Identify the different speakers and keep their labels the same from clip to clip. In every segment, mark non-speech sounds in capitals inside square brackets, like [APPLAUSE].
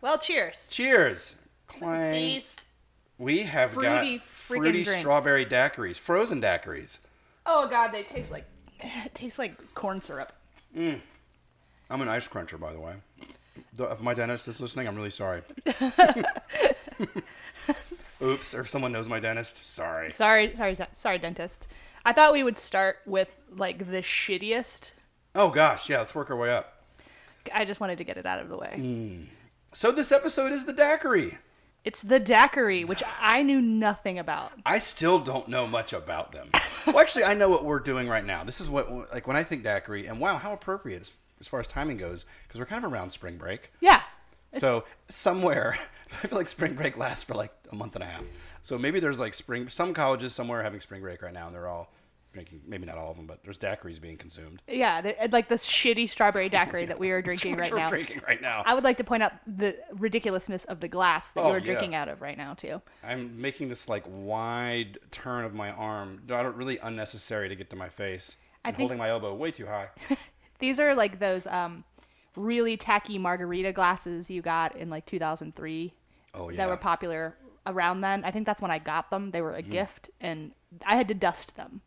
Speaker 1: Well, cheers.
Speaker 2: Cheers. Clang.
Speaker 1: These.
Speaker 2: we have
Speaker 1: fruity
Speaker 2: got
Speaker 1: freaking
Speaker 2: fruity
Speaker 1: drinks.
Speaker 2: strawberry daiquiris, frozen daiquiris.
Speaker 1: Oh God, they taste like [SIGHS] taste like corn syrup.
Speaker 2: I'm an ice cruncher, by the way. Th- If my dentist is listening, I'm
Speaker 1: [LAUGHS]
Speaker 2: really sorry. Oops, or if someone knows my dentist, sorry.
Speaker 1: Sorry, sorry, so- sorry, dentist. I thought we would start with like the shittiest.
Speaker 2: Oh gosh, yeah, let's work our way up.
Speaker 1: I just wanted to get it out of the way.
Speaker 2: Mm. So this episode is the daiquiri.
Speaker 1: It's the daiquiri, which I knew nothing about.
Speaker 2: I still don't know much about them. well, actually, I know what we're doing right now. This is what, like, when I think daiquiri, and wow, how appropriate as, as far as timing goes, because we're kind of around spring break.
Speaker 1: Yeah.
Speaker 2: so somewhere, [LAUGHS] I feel like spring break lasts for like a month and a half. So maybe there's like spring. Some colleges somewhere are having spring break right now, and they're all drinking. Maybe not all of them, but there's daiquiris being consumed.
Speaker 1: Yeah, the, uh, like this shitty strawberry daiquiri that
Speaker 2: [LAUGHS]
Speaker 1: we are drinking
Speaker 2: Which
Speaker 1: right
Speaker 2: we're
Speaker 1: now.
Speaker 2: drinking right now.
Speaker 1: I would like to point out the ridiculousness of the glass that
Speaker 2: Oh,
Speaker 1: you are
Speaker 2: yeah.
Speaker 1: drinking out of right now too.
Speaker 2: I'm making this like wide turn of my arm. I don't really unnecessary to get to my face. I'm
Speaker 1: think-
Speaker 2: holding my elbow way too
Speaker 1: [LAUGHS]
Speaker 2: high.
Speaker 1: These are like those um, really tacky margarita glasses you got in like 2003
Speaker 2: Oh, yeah. Mm.
Speaker 1: that were popular around then. I think that's when I got them. They were a gift, and I had to dust them.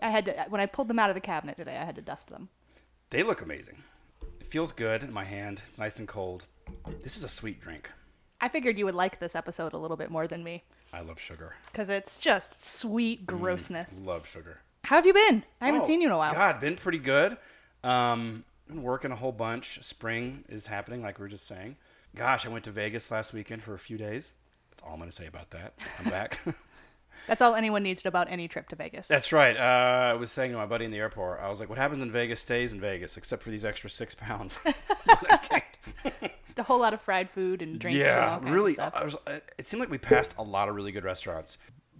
Speaker 1: I had to when I pulled them out of the cabinet today. I had to dust them.
Speaker 2: They look amazing. It feels good in my hand. It's nice and cold. This is a sweet drink.
Speaker 1: I figured you would like this episode a little bit more than me
Speaker 2: I love sugar.
Speaker 1: because it's just sweet grossness.
Speaker 2: Love sugar.
Speaker 1: How have you been? I haven't
Speaker 2: Mm. Oh,
Speaker 1: seen you in a while.
Speaker 2: God, been pretty good. Um, been working a whole bunch. Spring is happening, like we were just saying. Gosh, I went to Vegas last weekend for a few days. That's all I'm going to say about that.
Speaker 1: [LAUGHS]
Speaker 2: I'm back. [LAUGHS]
Speaker 1: That's all anyone needs about any trip to Vegas.
Speaker 2: That's right. Uh, I was saying to my buddy in the airport, I was like, what happens in Vegas stays in Vegas, except for these extra six pounds. [LAUGHS] But I can't-
Speaker 1: Just a whole lot of fried food and drinks. and all
Speaker 2: yeah,
Speaker 1: kinds of
Speaker 2: really.
Speaker 1: stuff.
Speaker 2: I was, uh, it seemed like we passed a lot of really good restaurants,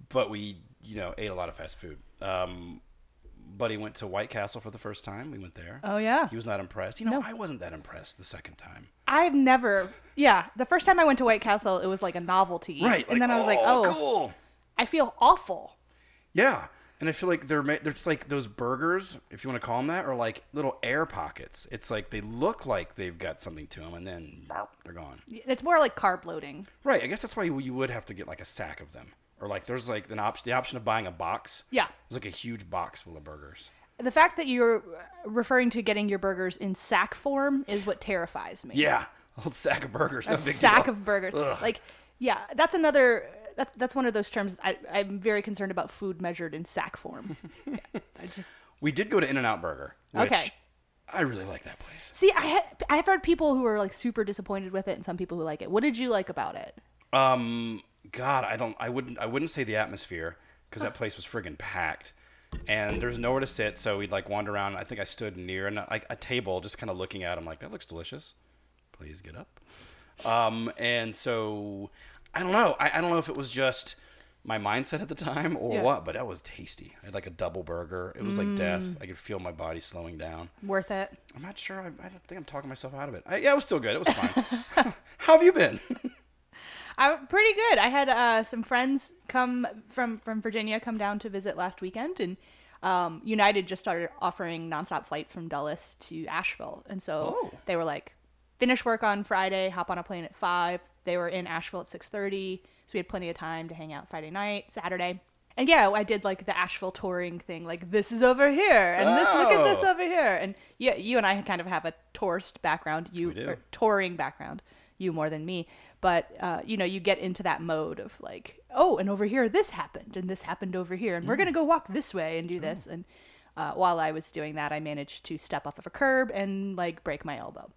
Speaker 2: but we, you know, ate a lot of fast food. Um, buddy went to White Castle for the first time. We went there.
Speaker 1: Oh, yeah.
Speaker 2: He was not impressed. You know, I wasn't that impressed the second time.
Speaker 1: I've never. Yeah, the first time I went to White Castle, it was like a novelty.
Speaker 2: Right.
Speaker 1: and then I was like, oh,
Speaker 2: cool.
Speaker 1: I feel awful.
Speaker 2: Yeah. And I feel like they're ma- they're just like those burgers, if you want to call them that, are like little air pockets. It's like they look like they've got something to them, and then barp, they're gone.
Speaker 1: It's more like carb loading.
Speaker 2: Right. I guess that's why you, you would have to get like a sack of them, or like there's like an option the option of buying a box.
Speaker 1: Yeah.
Speaker 2: It's like a huge box full of burgers.
Speaker 1: The fact that you're referring to getting your burgers in sack form is what terrifies me.
Speaker 2: Yeah, a whole sack of burgers.
Speaker 1: a sack of burgers. Like, yeah, that's another. That's that's one of those terms. I, I'm very concerned about food measured in sack
Speaker 2: [LAUGHS]
Speaker 1: form. Yeah, I just
Speaker 2: We did go to In and Out Burger. Which
Speaker 1: Okay.
Speaker 2: I really like that place.
Speaker 1: see. I ha- I've heard people who are like super disappointed with it, and some people who like it. What did you like about it?
Speaker 2: Um, God, I don't. I wouldn't. I wouldn't say the atmosphere because that place was friggin' packed, and there was nowhere to sit. So we'd like wander around. I think I stood near an, like a table, just kind of looking at. them like, that looks delicious. Please get up. Um, and so I don't know. I, I don't know if it was just my mindset at the time or
Speaker 1: Yeah.
Speaker 2: what, but that was tasty. I had like a double burger. It was like death. I could feel my body slowing down.
Speaker 1: Worth it?
Speaker 2: I'm not sure. I, I don't think I'm talking myself out of it. I, yeah, it was still good. It was fine. [LAUGHS] How have you been?
Speaker 1: I pretty good. I had uh, some friends come from from Virginia come down to visit last weekend, and um, United just started offering nonstop flights from Dulles to Asheville, and so
Speaker 2: Oh.
Speaker 1: they were like, finish work on Friday, hop on a plane at five. They were in Asheville at six thirty, so we had plenty of time to hang out Friday night, Saturday. And yeah, I did like the Asheville touring thing, like this is over here, and this look at this
Speaker 2: Oh.
Speaker 1: over here, and yeah, you and I kind of have a tourist background. You
Speaker 2: do.
Speaker 1: or touring background you more than me but uh, you know you get into that mode of like oh and over here this happened and this happened over here and we're gonna
Speaker 2: Mm.
Speaker 1: go walk this way and do this and uh, while i was doing that i managed to step off of a curb and like break my elbow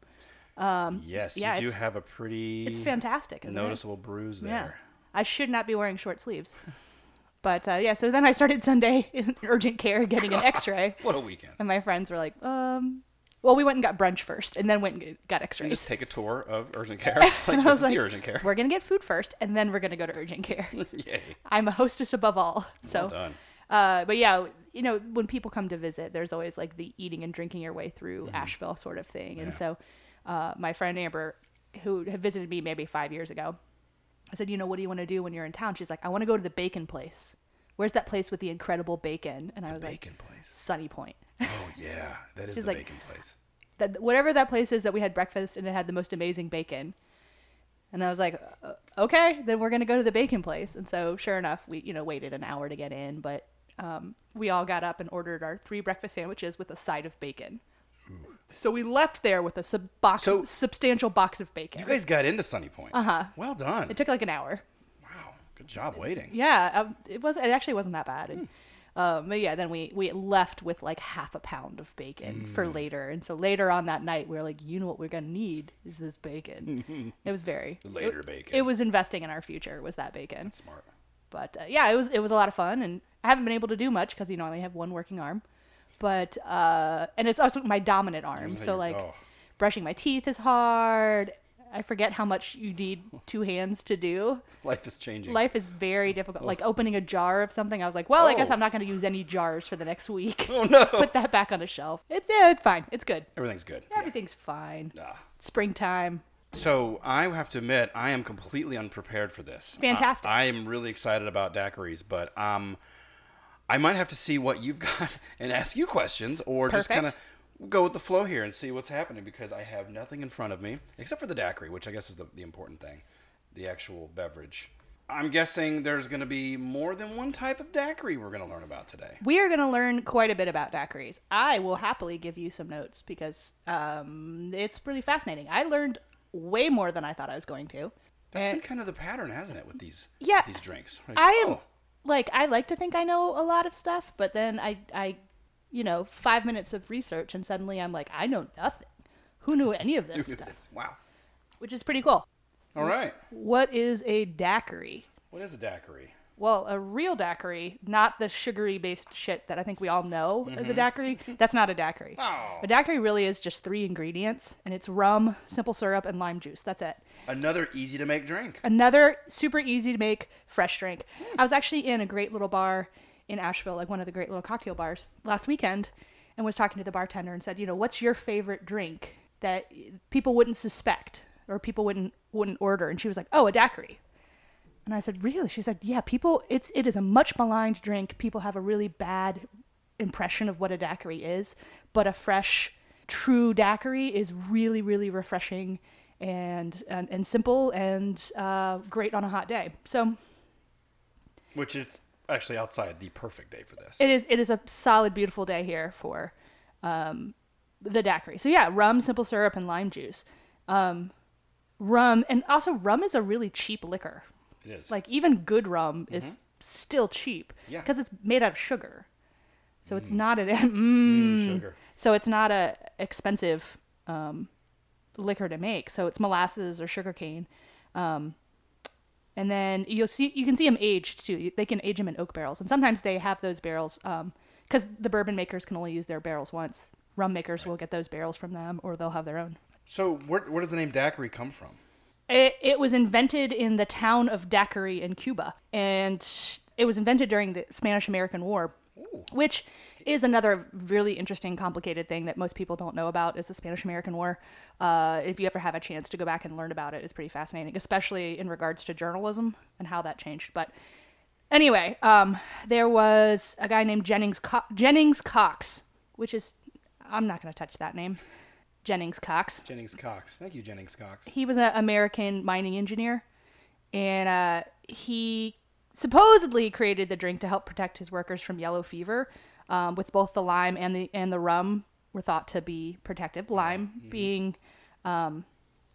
Speaker 2: Yes,
Speaker 1: Yeah,
Speaker 2: you do
Speaker 1: it's-
Speaker 2: have a pretty
Speaker 1: it's fantastic isn't it?
Speaker 2: noticeable bruise there.
Speaker 1: yeah i should not be wearing short sleeves [LAUGHS] but uh, yeah so then i started sunday [LAUGHS] in urgent care getting
Speaker 2: [LAUGHS]
Speaker 1: an x-ray
Speaker 2: [LAUGHS] What a
Speaker 1: [LAUGHS]
Speaker 2: weekend.
Speaker 1: and my friends were like um well we went and got brunch first and then went and got x-rays
Speaker 2: Just take a tour of urgent care. Like
Speaker 1: [LAUGHS]
Speaker 2: this
Speaker 1: I
Speaker 2: is
Speaker 1: was like,
Speaker 2: the urgent care.
Speaker 1: We're gonna get food first, and then we're gonna go to urgent care.
Speaker 2: [LAUGHS] Yay.
Speaker 1: I'm a hostess above all. So,
Speaker 2: done.
Speaker 1: uh, but yeah, you know, when people come to visit, there's always like the eating and drinking your way through
Speaker 2: Mm-hmm.
Speaker 1: Asheville sort of thing. And so, uh, my friend Amber, who had visited me maybe five years ago, I said, you know, what do you want to do when you're in town? She's like, I want to go to the bacon place. Where's that place with the incredible bacon? And I was
Speaker 2: Bacon
Speaker 1: like,
Speaker 2: place.
Speaker 1: Sunny Point.
Speaker 2: Oh yeah, that is the
Speaker 1: like-
Speaker 2: bacon place.
Speaker 1: that whatever that place is that we had breakfast and it had the most amazing bacon. And I was like, "Uh, okay, then we're gonna go to the bacon place. And so, sure enough, we you know waited an hour to get in, but um, we all got up and ordered our three breakfast sandwiches with a side of bacon. So we left there with a sub- box,
Speaker 2: So-
Speaker 1: substantial box of bacon.
Speaker 2: You guys got into Sunny Point. Uh huh. Well done.
Speaker 1: Uh-huh. it took like an hour.
Speaker 2: wow. Good job waiting.
Speaker 1: Yeah, um, it was. It actually wasn't that bad.
Speaker 2: Hmm.
Speaker 1: And, um, but yeah, then we we left with like half a pound of bacon for
Speaker 2: Mm.
Speaker 1: later, and so later on that night we were like, you know what we're gonna need is this bacon.
Speaker 2: [LAUGHS]
Speaker 1: it was very
Speaker 2: Later
Speaker 1: it-
Speaker 2: bacon.
Speaker 1: It was investing in our future. Was that bacon?
Speaker 2: Smart.
Speaker 1: But uh, yeah, it was it was a lot of fun, and I haven't been able to do much because you know I only have one working arm. But uh, and it's also my dominant arm,
Speaker 2: Usually
Speaker 1: so
Speaker 2: you-
Speaker 1: like
Speaker 2: oh.
Speaker 1: brushing my teeth is hard. I forget how much you need two hands to do
Speaker 2: Life is changing.
Speaker 1: life is very difficult. Like opening a jar of something, I was like, well, I guess
Speaker 2: Oh.
Speaker 1: I'm not going to use any jars for the next week.
Speaker 2: Oh
Speaker 1: [LAUGHS]
Speaker 2: no.
Speaker 1: Put that back on a shelf. It's yeah, it's fine. It's good.
Speaker 2: Everything's good. Yeah.
Speaker 1: Everything's fine.
Speaker 2: Ah.
Speaker 1: Springtime.
Speaker 2: So I have to admit, I am completely unprepared for this.
Speaker 1: Fantastic.
Speaker 2: I, I am really excited about daiquiris, but um, I might have to see what you've [LAUGHS] got and ask you questions, or just kind
Speaker 1: Perfect.
Speaker 2: of go with the flow here and see what's happening because I have nothing in front of me except for the daiquiri, which I guess is the, the important thing, the actual beverage. I'm guessing there's going to be more than one type of daiquiri we're going to learn about today.
Speaker 1: We are going to learn quite a bit about daiquiris. I will happily give you some notes because um, it's really fascinating. I learned way more than I thought I was going to.
Speaker 2: That's
Speaker 1: And-
Speaker 2: been kind of the pattern, hasn't it, with these
Speaker 1: Eh. Yeah.
Speaker 2: these drinks? Like,
Speaker 1: I am
Speaker 2: oh,
Speaker 1: like I like to think I know a lot of stuff, but then I I you know, 5 minutes of research and suddenly I'm like I know nothing. Who knew any of
Speaker 2: [LAUGHS]
Speaker 1: this
Speaker 2: look at
Speaker 1: stuff?
Speaker 2: this. Wow.
Speaker 1: Which is pretty cool.
Speaker 2: All right.
Speaker 1: What is a daiquiri?
Speaker 2: What is a daiquiri?
Speaker 1: Well, a real daiquiri, not the sugary based shit that I think we all know as a daiquiri. That's not a daiquiri.
Speaker 2: Oh.
Speaker 1: A daiquiri really is just three ingredients, and it's rum, simple syrup, and lime juice. That's it.
Speaker 2: Another easy to make drink.
Speaker 1: Another super easy to make fresh drink. I was actually in a great little bar in Asheville, like one of the great little cocktail bars last weekend, and was talking to the bartender and said, you know, what's your favorite drink that people wouldn't suspect or people wouldn't wouldn't order? And she was like, oh, a daiquiri. And I said, really? She said, yeah, people, it's, it is a much maligned drink. People have a really bad impression of what a daiquiri is, but a fresh, true daiquiri is really, really refreshing and, and, and simple and uh, great on a hot day. So
Speaker 2: Which it's actually outside the perfect day for this.
Speaker 1: it is, it is a solid, beautiful day here for um, the daiquiri. So yeah, rum, simple syrup, and lime juice. Um, rum, and also rum is a really cheap liquor.
Speaker 2: it is.
Speaker 1: like even good rum is still cheap
Speaker 2: Yeah.
Speaker 1: because it's made out of sugar so it's not [LAUGHS] an
Speaker 2: Mm, sugar.
Speaker 1: so it's not a expensive um, liquor to make so it's molasses or sugar cane um, and then you'll see you can see them aged too they can age them in oak barrels and sometimes they have those barrels because the bourbon makers can only use their barrels once rum makers will get those barrels from them or they'll have their own
Speaker 2: So where, where does the name daiquiri come from?
Speaker 1: It, it was invented in the town of Daiquiri in Cuba, and it was invented during the Spanish American War, which is another really interesting, complicated thing that most people don't know about is the Spanish American War. Uh, if you ever have a chance to go back and learn about it, it's pretty fascinating, especially in regards to journalism and how that changed. But anyway, um, there was a guy named Jennings Co- Jennings Cox, which is I'm not going to touch that name, Jennings Cox
Speaker 2: Jennings Cox. Thank you, Jennings Cox.
Speaker 1: he was an American mining engineer, and uh, he supposedly created the drink to help protect his workers from yellow fever. Um, with both the lime and the and the rum were thought to be protective. Lime being um,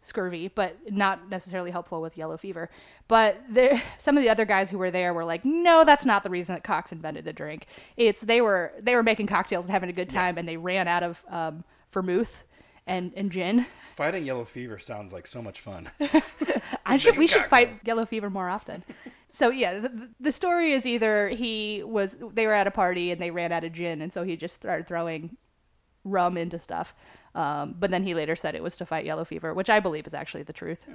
Speaker 1: scurvy, but not necessarily helpful with yellow fever. But there, [LAUGHS] some of the other guys who were there were like, "No, that's not the reason that Cox invented the drink. It's they were they were making cocktails and having a good time, and they ran out of um, vermouth and and gin."
Speaker 2: Fighting yellow fever sounds like so
Speaker 1: [LAUGHS]
Speaker 2: much fun.
Speaker 1: I should, we should fight
Speaker 2: cocktails.
Speaker 1: yellow fever more often. So yeah, the, the story is either he was they were at a party and they ran out of gin, and so he just started throwing rum into stuff. Um, but then he later said it was to fight yellow fever, which I believe is actually the truth.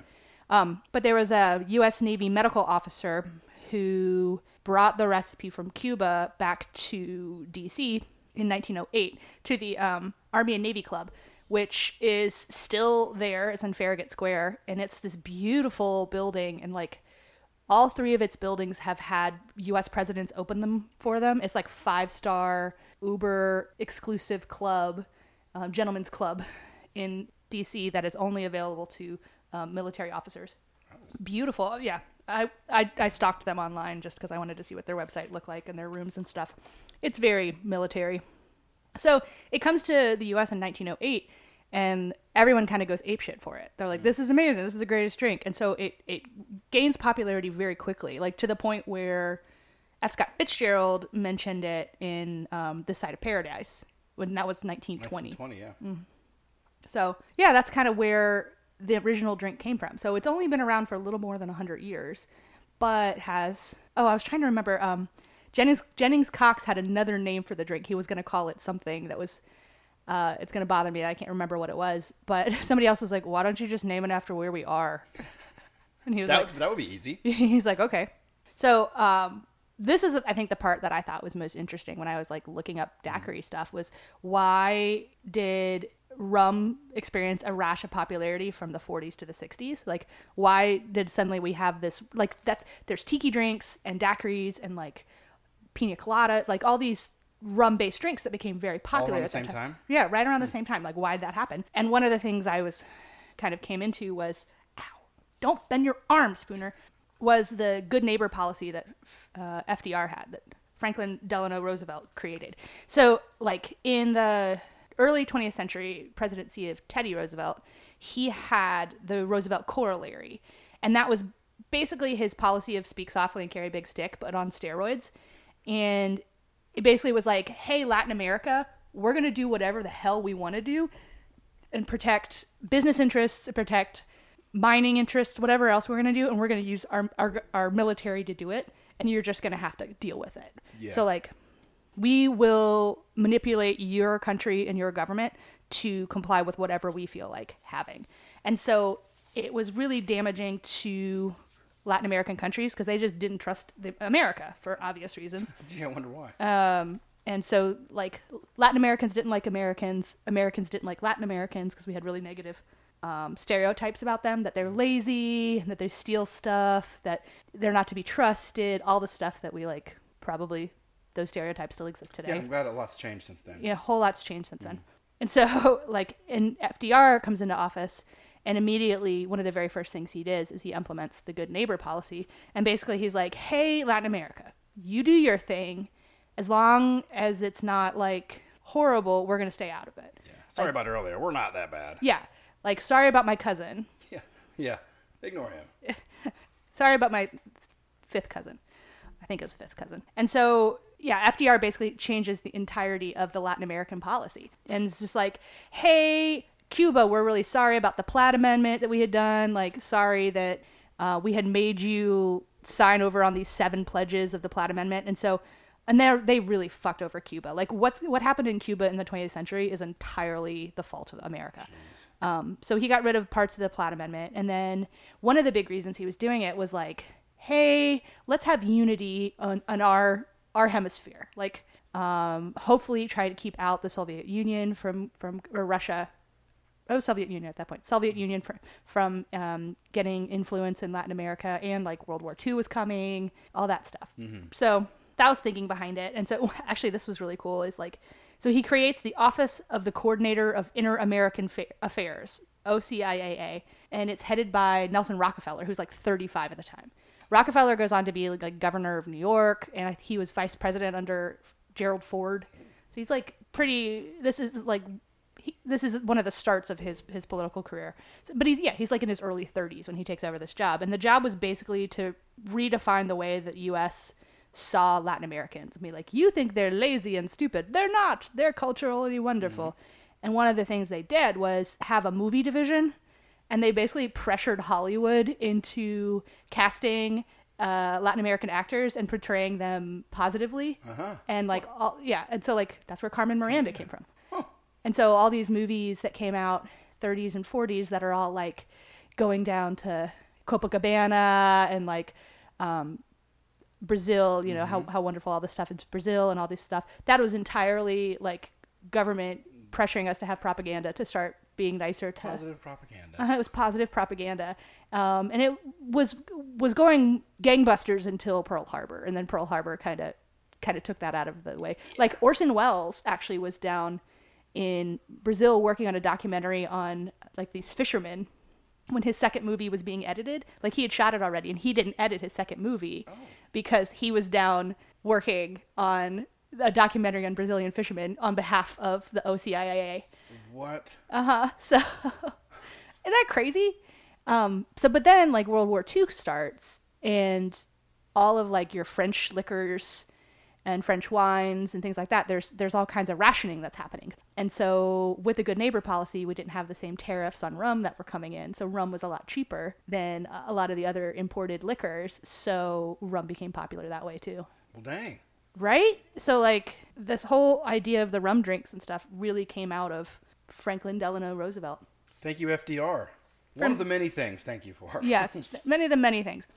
Speaker 1: Um, but there was a U.S. Navy medical officer who brought the recipe from Cuba back to D.C. in 1908 to the um, Army and Navy Club, which is still there. It's in Farragut Square, and it's this beautiful building. And like all three of its buildings have had U.S. presidents open them for them. It's like five star Uber exclusive club, um, gentlemen's club in D.C. that is only available to um, military officers. beautiful. Yeah. I, I, I stalked them online just because I wanted to see what their website looked like and their rooms and stuff. It's very military. So it comes to the US in 1908, and everyone kind of goes apeshit for it. They're like, this is amazing. This is the greatest drink. And so it, it gains popularity very quickly, like to the point where F. Scott Fitzgerald mentioned it in um, This Side of Paradise when that was 1920.
Speaker 2: 20, yeah.
Speaker 1: Mm. So yeah, that's kind of where the original drink came from. So it's only been around for a little more than hundred years, but has oh, I was trying to remember. Um, Jennings Jennings Cox had another name for the drink. He was going to call it something that was. Uh, it's going to bother me. that I can't remember what it was, but [LAUGHS] somebody else was like, "Why don't you just name it after where we are?" [LAUGHS] And he was
Speaker 2: That,
Speaker 1: like,
Speaker 2: would, that would be easy.
Speaker 1: [LAUGHS] he's like, okay. So um, this is, I think, the part that I thought was most interesting when I was like looking up
Speaker 2: Mm-hmm.
Speaker 1: daiquiri stuff was why did rum experience a rash of popularity from the 40s to the 60s? Like, why did suddenly we have this? Like, that's there's tiki drinks and daiquiris and like pina colada, like all these rum-based drinks that became very popular
Speaker 2: around
Speaker 1: at
Speaker 2: the
Speaker 1: that
Speaker 2: same time?
Speaker 1: yeah, right around the same time. Like, why did that happen? And one of the things I was kind of came into was, ow, don't bend your arm, Spooner, was the good neighbor policy that uh, FDR had, that Franklin Delano Roosevelt created. So, like, in the early 20th century presidency of Teddy Roosevelt, he had the Roosevelt corollary. And that was basically his policy of speak softly and carry a big stick, but on steroids. And it basically was like, hey, Latin America, we're going to do whatever the hell we want to do and protect business interests, protect mining interests, whatever else we're going to do. And we're going to use our, our, our military to do it. And you're just going to have to deal with it.
Speaker 2: Yeah.
Speaker 1: So, like, we will manipulate your country and your government to comply with whatever we feel like having. And so it was really damaging to Latin American countries because they just didn't trust the, America for obvious reasons.
Speaker 2: Yeah, I wonder why.
Speaker 1: Um, and so, like, Latin Americans didn't like Americans. Americans didn't like Latin Americans because we had really negative um, stereotypes about them that they're lazy, that they steal stuff, that they're not to be trusted, all the stuff that we, like, probably those stereotypes still exist today
Speaker 2: yeah, I'm glad a lot's changed since then.
Speaker 1: yeah, a whole lot's changed since then. And so, [LAUGHS] like, and FDR comes into office, and immediately one of the very first things he does is he implements the good neighbor policy. And basically, he's like, hey, Latin America, you do your thing. As long as it's not like horrible, we're going to stay out of it.
Speaker 2: Yeah. Sorry about earlier. We're not that bad.
Speaker 1: Yeah. Like, sorry about my cousin.
Speaker 2: [LAUGHS] Yeah. Yeah. Ignore him.
Speaker 1: Sorry about my fifth cousin. I think it was fifth cousin. And so, yeah, FDR basically changes the entirety of the Latin American policy. And it's just like, hey, Cuba, we're really sorry about the Platt Amendment that we had done. Like, sorry that uh, we had made you sign over on these seven pledges of the Platt Amendment. And so, and they they really fucked over Cuba. Like what's what happened in Cuba in the 20th century is entirely the fault of America. Um, so he got rid of parts of the Platt Amendment, and then one of the big reasons he was doing it was like, hey, let's have unity on, on our our hemisphere. Like, um, hopefully, try to keep out the Soviet Union from from or Russia oh Soviet Union at that point, Soviet Union from from um, getting influence in Latin America and like World War II was coming, all that stuff. So that was thinking behind it, and so [LAUGHS] actually this was really cool. Is like so he creates the Office of the Coordinator of Inter American Fa- Affairs (OCIAA), and it's headed by Nelson Rockefeller, who's like 35 at the time. Rockefeller goes on to be like, like governor of New York, and I- he was vice president under Gerald Ford. So he's like pretty. This is like he, this is one of the starts of his his political career. So- but he's yeah, he's like in his early 30s when he takes over this job, and the job was basically to redefine the way that U.S. saw Latin Americans. I mean, like you think they're lazy and stupid, they're not. They're culturally wonderful. And one of the things they did was have a movie division, and they basically pressured Hollywood into casting. Uh, Latin American actors and portraying them positively, and like all yeah, and so like that's where Carmen Miranda came from. And so all these movies that came out 30s and 40s that are all like going down to Copacabana and like um, Brazil, you know, how, how wonderful all this stuff in Brazil and all this stuff. That was entirely like government pressuring us to have propaganda to start being nicer to
Speaker 2: Positive propaganda.
Speaker 1: uh, it was positive propaganda, um, and it was was going gangbusters until Pearl Harbor, and then Pearl Harbor kind of kind of took that out of the way. Like Orson Welles actually was down in Brazil working on a documentary on like these fishermen when his second movie was being edited, like he had shot it already and he didn't edit his second movie because he was down working on a documentary on Brazilian fishermen on behalf of the OCIAA.
Speaker 2: What?
Speaker 1: Uh-huh. So isn't that crazy? Um, so but then like World War II starts and all of like your French liquors and French wines and things like that, there's there's all kinds of rationing that's happening. And so with the good neighbor policy, we didn't have the same tariffs on rum that were coming in. So rum was a lot cheaper than uh, a lot of the other imported liquors. So rum became popular that way too.
Speaker 2: Well, dang.
Speaker 1: Right? So like this whole idea of the rum drinks and stuff really came out of Franklin Delano Roosevelt.
Speaker 2: Thank you, FDR. One of the many things. Thank you for.
Speaker 1: Yes, many of the many things.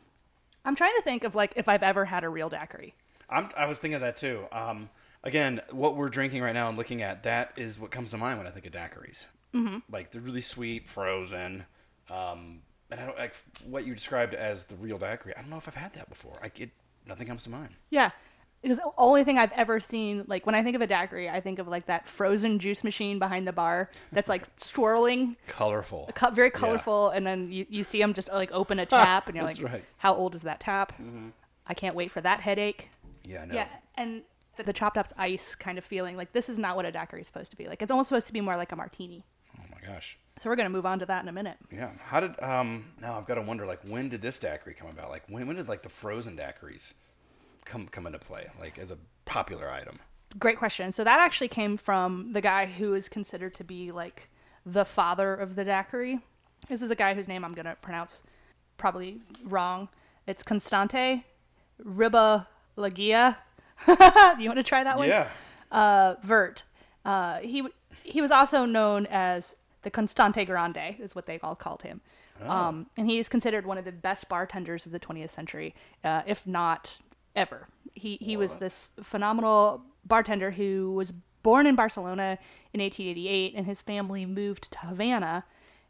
Speaker 1: I'm trying to think of like if I've ever had a real daiquiri.
Speaker 2: I'm, I was thinking of that too. Um, again, what we're drinking right now and looking at, that is what comes to mind when I think of daiquiris. Mm-hmm. Like the really sweet, frozen. Um, and I don't like what you described as the real daiquiri. I don't know if I've had that before. I it, nothing comes to mind.
Speaker 1: Yeah. Because the only thing I've ever seen, like when I think of a daiquiri, I think of like that frozen juice machine behind the bar that's like swirling,
Speaker 2: Colorful.
Speaker 1: co- very colorful, and then you, you see them just like open a tap, and you're
Speaker 2: That's
Speaker 1: like,
Speaker 2: right.
Speaker 1: how old is that tap? I can't wait for that headache.
Speaker 2: Yeah, I know.
Speaker 1: Yeah, and the, the chopped up's ice kind of feeling like this is not what a daiquiri is supposed to be. Like it's almost supposed to be more like a martini.
Speaker 2: Oh my gosh.
Speaker 1: So we're gonna move on to that in a minute.
Speaker 2: Yeah. How did um now I've got to wonder like when did this daiquiri come about? Like when when did like the frozen daiquiris come come into play like as a popular item?
Speaker 1: Great question. So that actually came from the guy who is considered to be like the father of the daiquiri. This is a guy whose name I'm gonna pronounce probably wrong. It's Constante Ribalagia. [LAUGHS] you want to try that one?
Speaker 2: Yeah.
Speaker 1: uh, Vert. Uh, he w- he was also known as the Constante Grande, is what they all called him. Um, and he is considered one of the best bartenders of the 20th century, uh, if not ever. He he was this phenomenal bartender who was born in Barcelona in 1888, and his family moved to Havana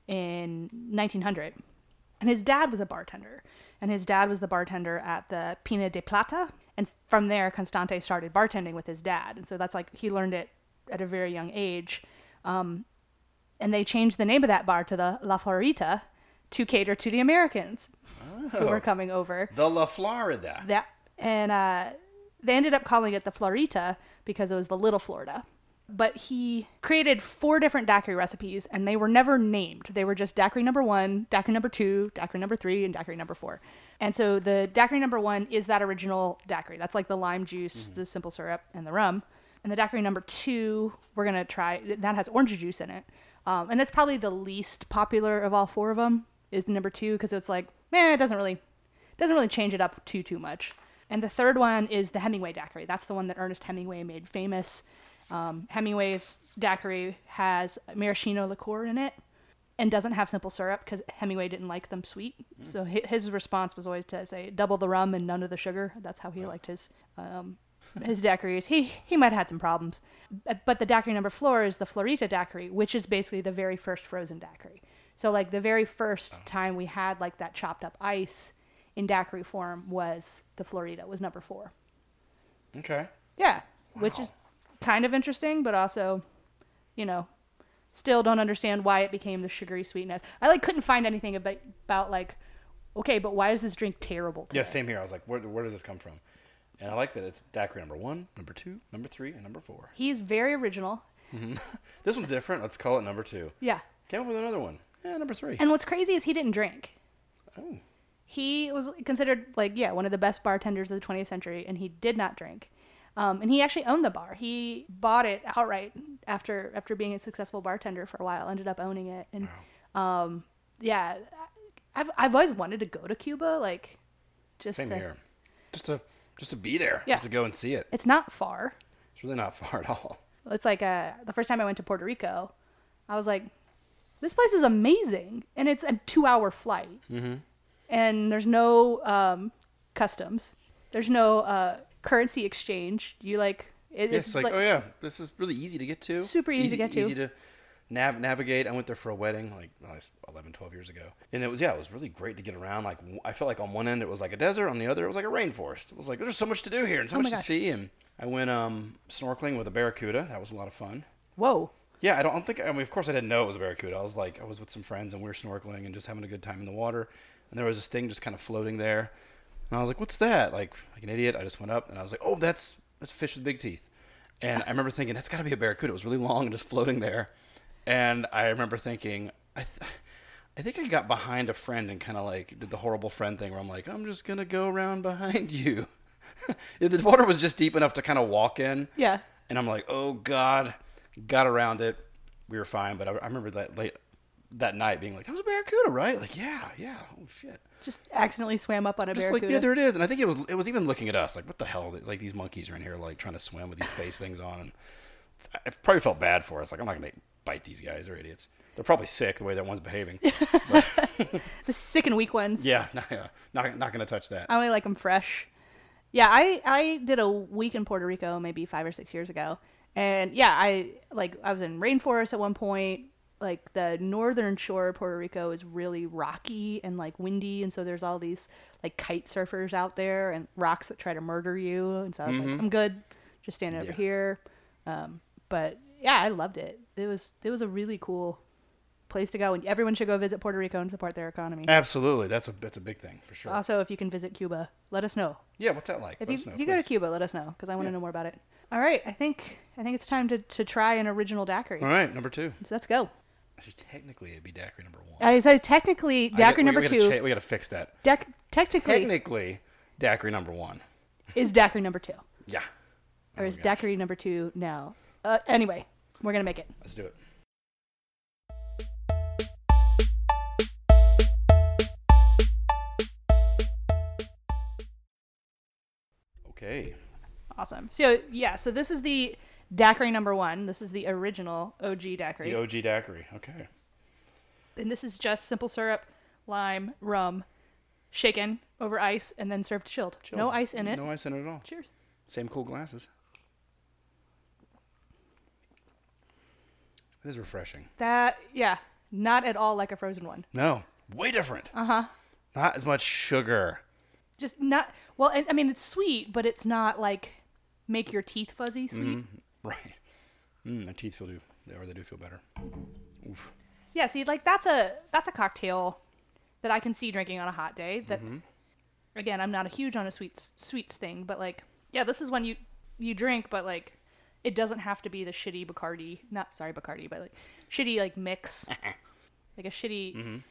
Speaker 1: in 1900. And his dad was a bartender. And his dad was the bartender at the Pina de Plata. And from there, Constante started bartending with his dad. And so that's like he learned it at a very young age. Um, and they changed the name of that bar to the La Florita to cater to the Americans who were coming over.
Speaker 2: The La Florida.
Speaker 1: That and uh, they ended up calling it the Florita because it was the Little Florida. But he created four different daiquiri recipes, and they were never named. They were just daiquiri number one, daiquiri number two, daiquiri number three, and daiquiri number four. And so the daiquiri number one is that original daiquiri. That's like the lime juice, the simple syrup, and the rum. And the daiquiri number two, we're gonna try that has orange juice in it, um, and that's probably the least popular of all four of them. Is number two because it's like, man, it doesn't really doesn't really change it up too too much. And the third one is the Hemingway daiquiri. That's the one that Ernest Hemingway made famous. Um, Hemingway's daiquiri has maraschino liqueur in it and doesn't have simple syrup because Hemingway didn't like them sweet. So hi- his response was always to say double the rum and none of the sugar. That's how he liked his um, his daiquiris. He he might have had some problems, But- but the daiquiri number four is the Florita daiquiri, which is basically the very first frozen daiquiri. So like the very first time we had like that chopped up ice in daiquiri form was the Florida was number four.
Speaker 2: Okay.
Speaker 1: Yeah, which is kind of interesting, but also, you know, still don't understand why it became the sugary sweetness. I like couldn't find anything about about like, okay, but why is this drink terrible?
Speaker 2: Yeah,
Speaker 1: Today?
Speaker 2: same here. I was like, where, where does this come from? And I like that it's daiquiri number one, number two, number three, and number four.
Speaker 1: He's very original.
Speaker 2: This one's different. Let's call it number two.
Speaker 1: Yeah,
Speaker 2: Came up with another one. Yeah, number three.
Speaker 1: and what's crazy is he didn't drink.
Speaker 2: oh,
Speaker 1: he was considered like yeah one of the best bartenders of the 20th century and he did not drink um, and he actually owned the bar he bought it outright after after being a successful bartender for a while ended up owning it and um, yeah I've, I've always wanted to go to cuba like just
Speaker 2: same
Speaker 1: to,
Speaker 2: here. Just to just to be there.
Speaker 1: Yeah.
Speaker 2: Just to go and see it.
Speaker 1: it's not far
Speaker 2: It's really not far at all.
Speaker 1: it's like uh, the first time i went to puerto rico i was like this place is amazing and it's a two hour flight
Speaker 2: Mm-hmm.
Speaker 1: and there's no um, customs there's no uh, currency exchange you like it,
Speaker 2: Yeah,
Speaker 1: it's
Speaker 2: it's
Speaker 1: just
Speaker 2: like,
Speaker 1: like,
Speaker 2: oh yeah, this is really easy to get to.
Speaker 1: Super easy to get to.
Speaker 2: Easy to nav- navigate. I went there for a wedding like well, it's 11, 12 years ago, and it was yeah, it was really great to get around. Like w- I felt like on one end it was like a desert, on the other it was like a rainforest. It was like there's so much to do here and so
Speaker 1: Oh my
Speaker 2: much to
Speaker 1: gosh.
Speaker 2: see. And I went um, snorkeling with a barracuda. That was a lot of fun.
Speaker 1: whoa
Speaker 2: Yeah, I don't I don't think. I mean, of course, I didn't know it was a barracuda. I was like, I was with some friends and we were snorkeling and just having a good time in the water, and there was this thing just kind of floating there, and I was like, "What's that?" Like, like an idiot, I just went up and I was like, "Oh, that's that's a fish with big teeth," and I remember thinking that's got to be a barracuda. It was really long and just floating there, and I remember thinking, I, th- I think I got behind a friend and kind of like did the horrible friend thing where I'm like, "I'm just gonna go around behind [LAUGHS] you." the water was just deep enough to kind of walk in.
Speaker 1: Yeah.
Speaker 2: And I'm like, oh god, got around it. We were fine, but I, I remember that late that night being like, that was a barracuda, right? Like, yeah, yeah. Oh shit.
Speaker 1: Just accidentally swam up on a
Speaker 2: Just
Speaker 1: barracuda.
Speaker 2: like, yeah, there it is. And I think it was it was even looking at us like, what the hell? It's Like these monkeys are in here like trying to swim with
Speaker 1: [LAUGHS]
Speaker 2: these face things on, and it's- I probably felt bad for us. Like, I'm not gonna bite these guys. They're idiots. They're probably sick the way that one's behaving.
Speaker 1: the sick and weak ones.
Speaker 2: yeah, [LAUGHS] not, yeah, not not gonna touch that.
Speaker 1: I only like them fresh. Yeah, I I did a week in Puerto Rico maybe five or six years ago, and yeah, I like I was in rainforest at one point. Like the northern shore of Puerto Rico is really rocky and like windy, and so there's all these like kite surfers out there and rocks that try to murder you. And so I was like, I'm good, just stand over
Speaker 2: Yeah.
Speaker 1: here. Um, but yeah, I loved it. It was it was a really cool place to go, and everyone should go visit Puerto Rico and support their economy.
Speaker 2: Absolutely, that's a that's a big thing for sure.
Speaker 1: Also, if you can visit Cuba, let us know.
Speaker 2: yeah, what's that like?
Speaker 1: Uh, If
Speaker 2: Let
Speaker 1: you,
Speaker 2: us know,
Speaker 1: if you go to
Speaker 2: please.
Speaker 1: Cuba, let us know because I want to
Speaker 2: Yeah.
Speaker 1: know more about it. All right, I think I think it's time to, to try an original daiquiri.
Speaker 2: All right, number two.
Speaker 1: Let's go.
Speaker 2: Actually, technically, it'd be daiquiri number one.
Speaker 1: I said technically
Speaker 2: I get-
Speaker 1: daiquiri
Speaker 2: we-
Speaker 1: number
Speaker 2: we gotta
Speaker 1: two.
Speaker 2: cha- we gotta fix that.
Speaker 1: dac- technically
Speaker 2: Technically, daiquiri number one.
Speaker 1: is daiquiri number two,
Speaker 2: Yeah,
Speaker 1: or is
Speaker 2: Oh gosh.
Speaker 1: daiquiri number two now? Uh, anyway, we're gonna make it.
Speaker 2: let's do it. Okay.
Speaker 1: Awesome. So yeah, so this is the daiquiri number one. This is the original OG daiquiri,
Speaker 2: The OG daiquiri. Okay.
Speaker 1: and this is just simple syrup, lime, rum, shaken over ice, and then served chilled. No
Speaker 2: Chilled.
Speaker 1: ice in it.
Speaker 2: No ice in it at all.
Speaker 1: Cheers.
Speaker 2: Same cool glasses. It is refreshing.
Speaker 1: That yeah, not at all like a frozen one.
Speaker 2: No, way different. Uh
Speaker 1: Uh-huh.
Speaker 2: huh. Not as much sugar.
Speaker 1: Just not well. I I mean, it's sweet, but it's not like make your teeth fuzzy sweet.
Speaker 2: Mm-hmm. Right. Mm, my teeth feel do, they- or they do feel better. Oof.
Speaker 1: Yeah, see, like that's a that's a cocktail that I can see drinking on a hot day. That
Speaker 2: Mm-hmm.
Speaker 1: again, I'm not a huge on a sweets sweets thing, but like yeah, this is when you you drink, but like it doesn't have to be the shitty Bacardi. Not sorry, Bacardi, but like shitty like
Speaker 2: [LAUGHS]
Speaker 1: mix, like a shitty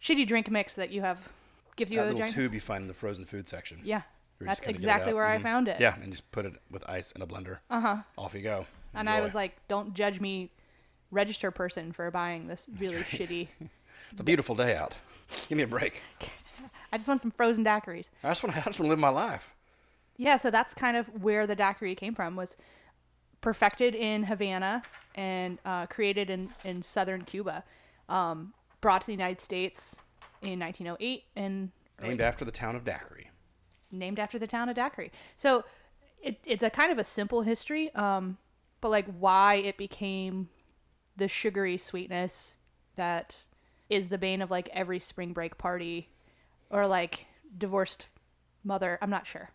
Speaker 1: shitty drink mix that you have gives you
Speaker 2: Mm-hmm. That
Speaker 1: a
Speaker 2: little
Speaker 1: drink.
Speaker 2: tube you find in the frozen food section.
Speaker 1: yeah,
Speaker 2: Where you
Speaker 1: that's
Speaker 2: just kinda give it
Speaker 1: exactly
Speaker 2: out.
Speaker 1: where I
Speaker 2: Mhm.
Speaker 1: found it.
Speaker 2: Yeah, and just put it with ice in a blender. Uh huh. Off you go.
Speaker 1: Uh-huh. and I
Speaker 2: Enjoy.
Speaker 1: was like, "Don't judge me, register person, for buying this really shitty.
Speaker 2: it's a beautiful day out. [LAUGHS] Give me a break.
Speaker 1: I just want some frozen daiquiris."
Speaker 2: I just want to, I just want to live my life.
Speaker 1: Yeah, so that's kind of where the daiquiri came from. Was perfected in Havana and uh, created in in southern Cuba, um, brought to the United States in 1908 and
Speaker 2: Named after the town of Daiquiri.
Speaker 1: named after the town of Daiquiri. So it, it's a kind of a simple history, um, but like why it became the sugary sweetness that is the bane of like every spring break party or like divorced mother. I'm not sure.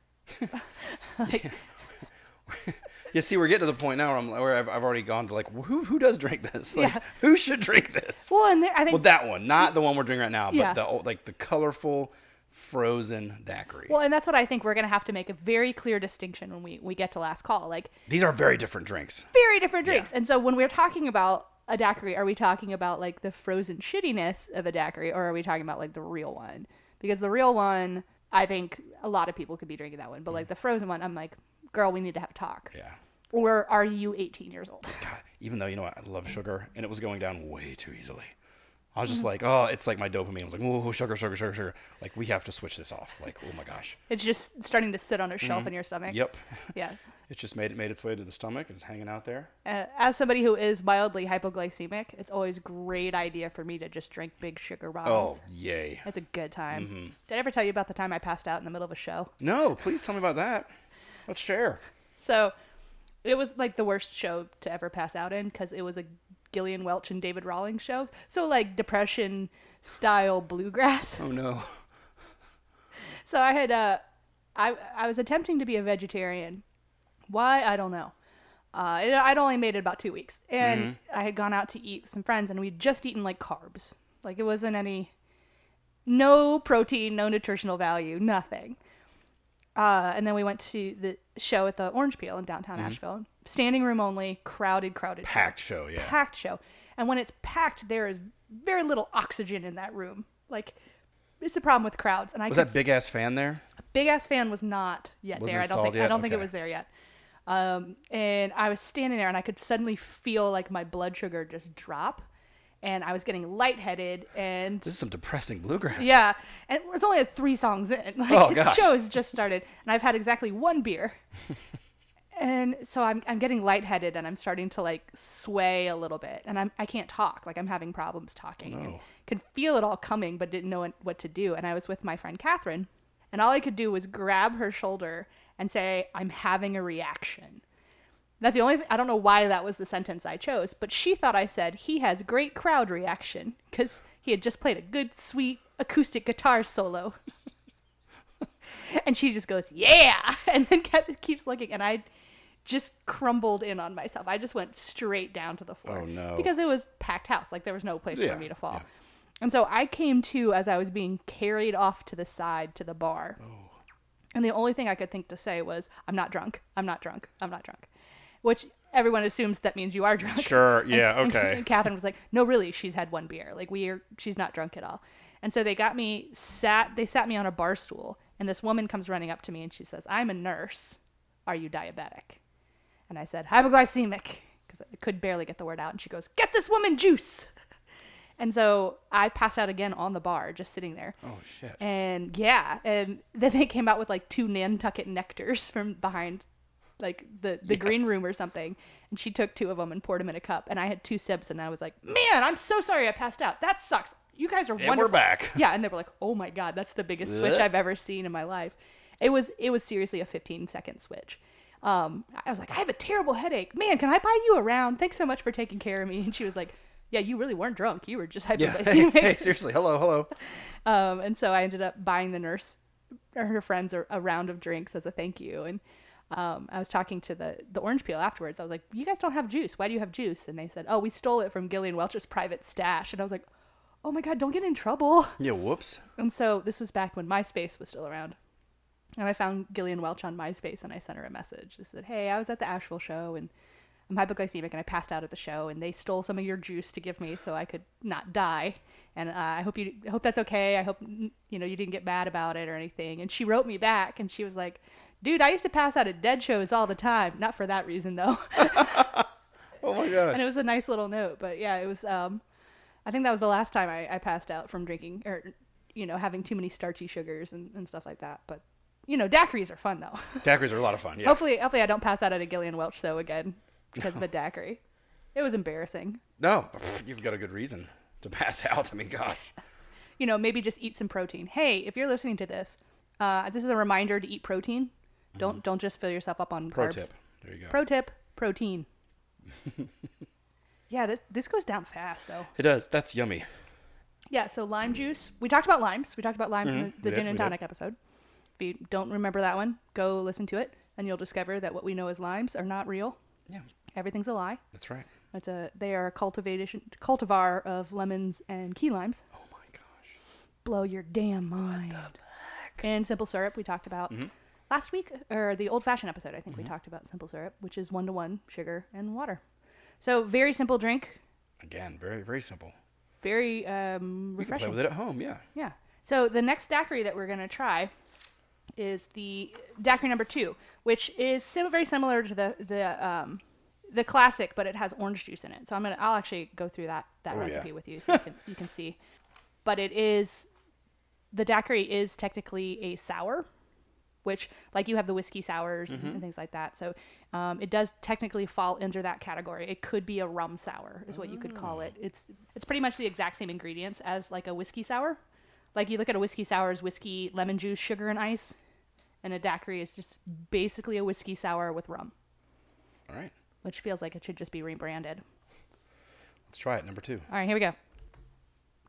Speaker 2: Yeah, see, we're getting to the point now where I'm where I've, I've already gone to like who who does drink this? Like,
Speaker 1: Yeah.
Speaker 2: Who should drink this?
Speaker 1: Well, and there, I think
Speaker 2: Well, that one, not the one we're drinking right now, but
Speaker 1: Yeah.
Speaker 2: the old, like the colorful frozen daiquiri.
Speaker 1: Well, and that's what I think we're gonna have to make a very clear distinction when we, we get to last call. Like
Speaker 2: These are very different drinks.
Speaker 1: very different drinks. And so when we're talking about a daiquiri, are we talking about like the frozen shittiness of a daiquiri or are we talking about like the real one? Because the real one, I think a lot of people could be drinking that one, but like
Speaker 2: Mm.
Speaker 1: the frozen one, I'm like, girl, we need to have a talk.
Speaker 2: Yeah.
Speaker 1: Or are you 18 years old? [LAUGHS]
Speaker 2: God, even though you know what, I love sugar, and it was going down way too easily. I was just like, oh, it's like my dopamine. I was like, whoa, sugar, sugar, sugar, sugar. Like we have to switch this off. Like, oh my [LAUGHS] gosh.
Speaker 1: It's just starting to sit on a shelf in your stomach.
Speaker 2: Mm-hmm. Yep.
Speaker 1: Yeah.
Speaker 2: It just made it made its way to the stomach and it's hanging out there.
Speaker 1: Uh, as somebody who is mildly hypoglycemic, it's always a great idea for me to just drink big sugar bottles.
Speaker 2: Oh, Mm-hmm. yay.
Speaker 1: It's a good time. Did I ever tell you about the time I passed out in the middle of a show?
Speaker 2: No, please tell me about that. Let's share.
Speaker 1: So it was like the worst show to ever pass out in because it was a Gillian Welch and David Rawlings show. So like depression style bluegrass.
Speaker 2: Oh no.
Speaker 1: So I had uh I I was attempting to be a vegetarian. Why I don't know. Uh, it, I'd only made it about two weeks, and
Speaker 2: Mm-hmm.
Speaker 1: I had gone out to eat with some friends, and we'd just eaten like carbs. Like it wasn't any, no protein, no nutritional value, nothing. Uh, and then we went to the show at the Orange Peel in downtown Asheville. Standing room only, crowded, crowded, show.
Speaker 2: Mm-hmm. Packed show, yeah.
Speaker 1: packed show. And when it's packed, there is very little oxygen in that room. Like it's a problem with crowds. And I
Speaker 2: Was
Speaker 1: could
Speaker 2: that big ass fan there?
Speaker 1: Big ass fan was not yet
Speaker 2: Wasn't
Speaker 1: there. I don't
Speaker 2: installed
Speaker 1: think I
Speaker 2: yet?
Speaker 1: don't think it
Speaker 2: Okay.
Speaker 1: was there yet. Um, and I was standing there, and I could suddenly feel like my blood sugar just drop, and I was getting lightheaded, and
Speaker 2: This is some depressing bluegrass.
Speaker 1: yeah, and it was only three songs in. [LAUGHS] Like
Speaker 2: Oh,
Speaker 1: the
Speaker 2: gosh.
Speaker 1: show has just started, and I've had exactly one
Speaker 2: [LAUGHS]
Speaker 1: beer, and so I'm I'm getting lightheaded, and I'm starting to like sway a little bit, and I'm I can't talk. Like I'm having problems talking. and
Speaker 2: no.
Speaker 1: could feel it all coming, but didn't know what to do. And I was with my friend Catherine, and all I could do was grab her shoulder and say, "I'm having a reaction." That's the only. Th- I don't know why that was the sentence I chose, but she thought I said he has great crowd reaction because he had just played a good, sweet acoustic guitar solo. [LAUGHS] and she just goes, "Yeah," [LAUGHS] and then kept keeps looking, and I just crumbled in on myself. I just went straight down to the floor
Speaker 2: Oh, no.
Speaker 1: because it was packed house. Like there was no place
Speaker 2: Yeah,
Speaker 1: for me to fall.
Speaker 2: yeah.
Speaker 1: And so I came to as I was being carried off to the side to the
Speaker 2: Oh,
Speaker 1: bar. And the only thing I could think to say was, I'm not drunk. I'm not drunk. I'm not drunk. Which everyone assumes that means you are drunk.
Speaker 2: Sure. Yeah.
Speaker 1: [LAUGHS] And-
Speaker 2: Okay.
Speaker 1: And Catherine was like, "No, really, she's had one beer. Like we are, she's not drunk at all." And so they got me sat. They sat me on a bar stool, and this woman comes running up to me and she says, "I'm a nurse. Are you diabetic?" And I said, "Hypoglycemic," because I could barely get the word out. And she goes, "Get this woman juice." [LAUGHS] And so I passed out again on the bar, just sitting there.
Speaker 2: oh shit.
Speaker 1: And yeah, and then they came out with like two Nantucket nectars from behind, like the the green room or something. And she took two of them and poured them in a cup. And I had two sips, and I was like, "Man, I'm so sorry I passed out. That sucks. You guys are
Speaker 2: And
Speaker 1: wonderful."
Speaker 2: we're back.
Speaker 1: Yeah, and they were like, "Oh my god, that's the biggest switch
Speaker 2: Blech.
Speaker 1: I've ever seen in my life." It was it was seriously a 15 second switch. Um, I was like, "I have a terrible headache. Man, can I buy you around? Thanks so much for taking care of me." And she was like, "Yeah, you really weren't drunk. You were just
Speaker 2: [LAUGHS] Yeah. [LAUGHS]
Speaker 1: hypoglycemic."
Speaker 2: Hey, hey, seriously. Hello. Hello.
Speaker 1: Um, and so I ended up buying the nurse or her friends a, a round of drinks as a thank you. And um, I was talking to the the orange peel afterwards. I was like, "You guys don't have juice. Why do you have juice?" And they said, "Oh, we stole it from Gillian Welch's private stash." And I was like, "Oh my god, don't get in trouble."
Speaker 2: Yeah. Whoops.
Speaker 1: And so this was back when MySpace was still around. And I found Gillian Welch on MySpace and I sent her a message. I said, Hey, I was at the Asheville show and I'm hypoglycemic and I passed out at the show and they stole some of your juice to give me so I could not die. And uh, I hope you I hope that's okay. I hope n- you know you didn't get mad about it or anything. And she wrote me back and she was like, "Dude, I used to pass out at dead shows all the time. Not for that reason though." [LAUGHS]
Speaker 2: Oh my god.
Speaker 1: and it was a nice little note. But yeah, it was. Um, I think that was the last time I, I passed out from drinking or you know having too many starchy sugars and, and stuff like that. But you know, daiquiris are fun though.
Speaker 2: Daiquiris are a lot of fun. Yeah.
Speaker 1: hopefully, hopefully I don't pass out at a Gillian Welch though again because
Speaker 2: [LAUGHS]
Speaker 1: of a daiquiri. It was embarrassing.
Speaker 2: No, you've got a good reason to pass out. I mean, gosh.
Speaker 1: You know, maybe just eat some protein. Hey, if you're listening to this, uh, this is a reminder to eat protein. Don't don't just fill yourself up on
Speaker 2: Mm-hmm. Pro
Speaker 1: carbs.
Speaker 2: tip. There you go.
Speaker 1: Pro tip:
Speaker 2: [LAUGHS]
Speaker 1: protein. yeah, this this goes down fast though.
Speaker 2: it does. That's yummy.
Speaker 1: Yeah, so lime juice. We talked about limes. We talked about limes in the, the
Speaker 2: Mm-hmm. we did,
Speaker 1: gin and
Speaker 2: we did.
Speaker 1: tonic episode. If you don't remember that one, go listen to it, and you'll discover that what we know as limes are not real.
Speaker 2: Yeah.
Speaker 1: Everything's a lie.
Speaker 2: That's right.
Speaker 1: It's a they are a cultivation cultivar of lemons and key limes.
Speaker 2: Oh my gosh.
Speaker 1: Blow your damn mind. And simple syrup we talked about
Speaker 2: Mm-hmm.
Speaker 1: last week, or the old fashioned episode. I think we talked about simple syrup, which is one to one sugar and water. So very simple drink,
Speaker 2: Again, very very simple.
Speaker 1: very um,
Speaker 2: You can play
Speaker 1: refreshing.
Speaker 2: with it at home. Yeah.
Speaker 1: Yeah. So the next daiquiri that we're going to try is the daiquiri number two, which is sim- very similar to the the um, the classic, but it has orange juice in it. So I'm gonna I'll actually go through that that
Speaker 2: Oh, yeah.
Speaker 1: recipe with you so you can you can see. But it is the daiquiri is technically a sour, which like you have the whiskey sours and- and things like that. So um, it does technically fall under that category. It could be a rum sour, is what you could call it. It's it's pretty much the exact same ingredients as like a whiskey sour. Like you look at a whiskey sour as whiskey, lemon juice, sugar, and ice, and a daiquiri is just basically a whiskey sour with rum,
Speaker 2: All right.
Speaker 1: which feels like it should just be rebranded.
Speaker 2: Let's try it. Number two.
Speaker 1: All right, here we go.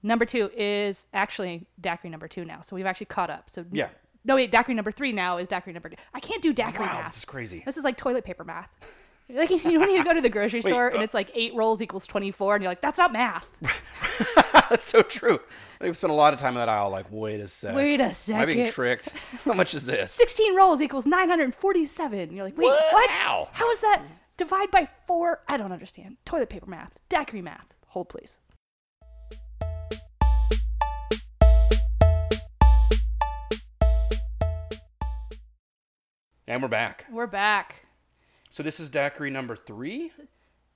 Speaker 1: Number two is actually daiquiri number two now, so we've actually caught up. So
Speaker 2: Yeah.
Speaker 1: no wait, daiquiri number three now is daiquiri number. Two. I can't do daiquiri
Speaker 2: Wow,
Speaker 1: math.
Speaker 2: this is crazy.
Speaker 1: This is like toilet paper math. [LAUGHS] Like you don't need to go to the grocery
Speaker 2: Wait,
Speaker 1: store and
Speaker 2: uh,
Speaker 1: it's like eight rolls equals twenty four, and you're like, that's not math.
Speaker 2: [LAUGHS] That's so true. They've spent a lot of time in that aisle. Like, wait a sec.
Speaker 1: Wait a
Speaker 2: Am I being
Speaker 1: second. [LAUGHS]
Speaker 2: tricked? How much is this?
Speaker 1: Sixteen rolls equals nine hundred forty seven. You're like, wait,
Speaker 2: What?
Speaker 1: what?
Speaker 2: How?
Speaker 1: How is that divide by four? I don't understand. Toilet paper math, daiquiri math. Hold please.
Speaker 2: And we're back.
Speaker 1: We're back.
Speaker 2: So this is daiquiri number three.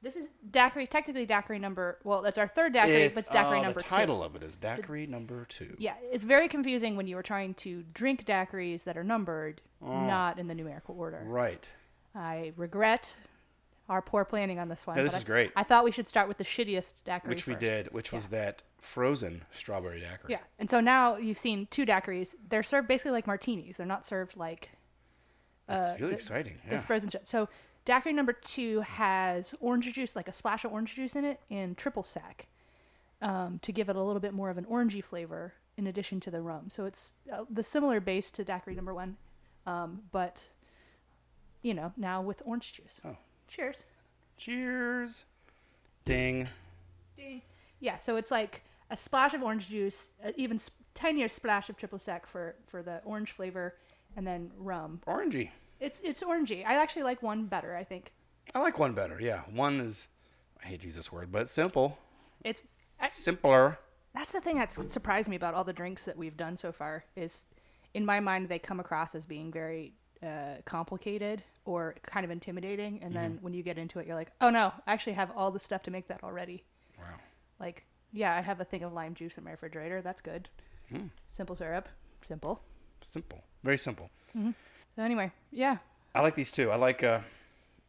Speaker 1: This is daiquiri, technically daiquiri number. Well, that's our third daiquiri, but it's daiquiri
Speaker 2: oh,
Speaker 1: number
Speaker 2: The title
Speaker 1: two.
Speaker 2: of it is daiquiri number two.
Speaker 1: Yeah, it's very confusing when you are trying to drink daiquiris that are numbered,
Speaker 2: Oh.
Speaker 1: not in the numerical order.
Speaker 2: Right.
Speaker 1: I regret our poor planning on this one.
Speaker 2: No, this
Speaker 1: but
Speaker 2: is
Speaker 1: I-
Speaker 2: great.
Speaker 1: I thought we should start with the shittiest daiquiri,
Speaker 2: Which we
Speaker 1: first.
Speaker 2: did, which was that frozen strawberry daiquiri.
Speaker 1: Yeah, and so now you've seen two daiquiris. They're served basically like martinis. They're not served like
Speaker 2: It's really exciting.
Speaker 1: Uh, the
Speaker 2: Yeah.
Speaker 1: frozen shit. So daiquiri number two has orange juice, like a splash of orange juice in it, and triple sec um, to give it a little bit more of an orangey flavor in addition to the rum. So it's uh, the similar base to daiquiri number one, um, but you know now with orange juice.
Speaker 2: Oh.
Speaker 1: Cheers.
Speaker 2: Cheers. Ding.
Speaker 1: Yeah, so it's like a splash of orange juice, uh, even s- tinier splash of triple sec for for the orange flavor, and then rum.
Speaker 2: Orangey.
Speaker 1: It's it's orangey. I actually like one better. I think
Speaker 2: I like one better. Yeah. One is, I hate to use this word, but it's simple.
Speaker 1: it's I,
Speaker 2: Simpler.
Speaker 1: that's the thing that's surprised me about all the drinks that we've done so far is, in my mind, they come across as being very uh, complicated or kind of intimidating, and then when you get into it, you're like, oh no, I actually have all the stuff to make that already.
Speaker 2: Wow.
Speaker 1: Like, yeah, I have a thing of lime juice in my refrigerator. That's good. Simple syrup. Simple.
Speaker 2: Simple. Very simple.
Speaker 1: So anyway, yeah,
Speaker 2: I like these two. I like uh,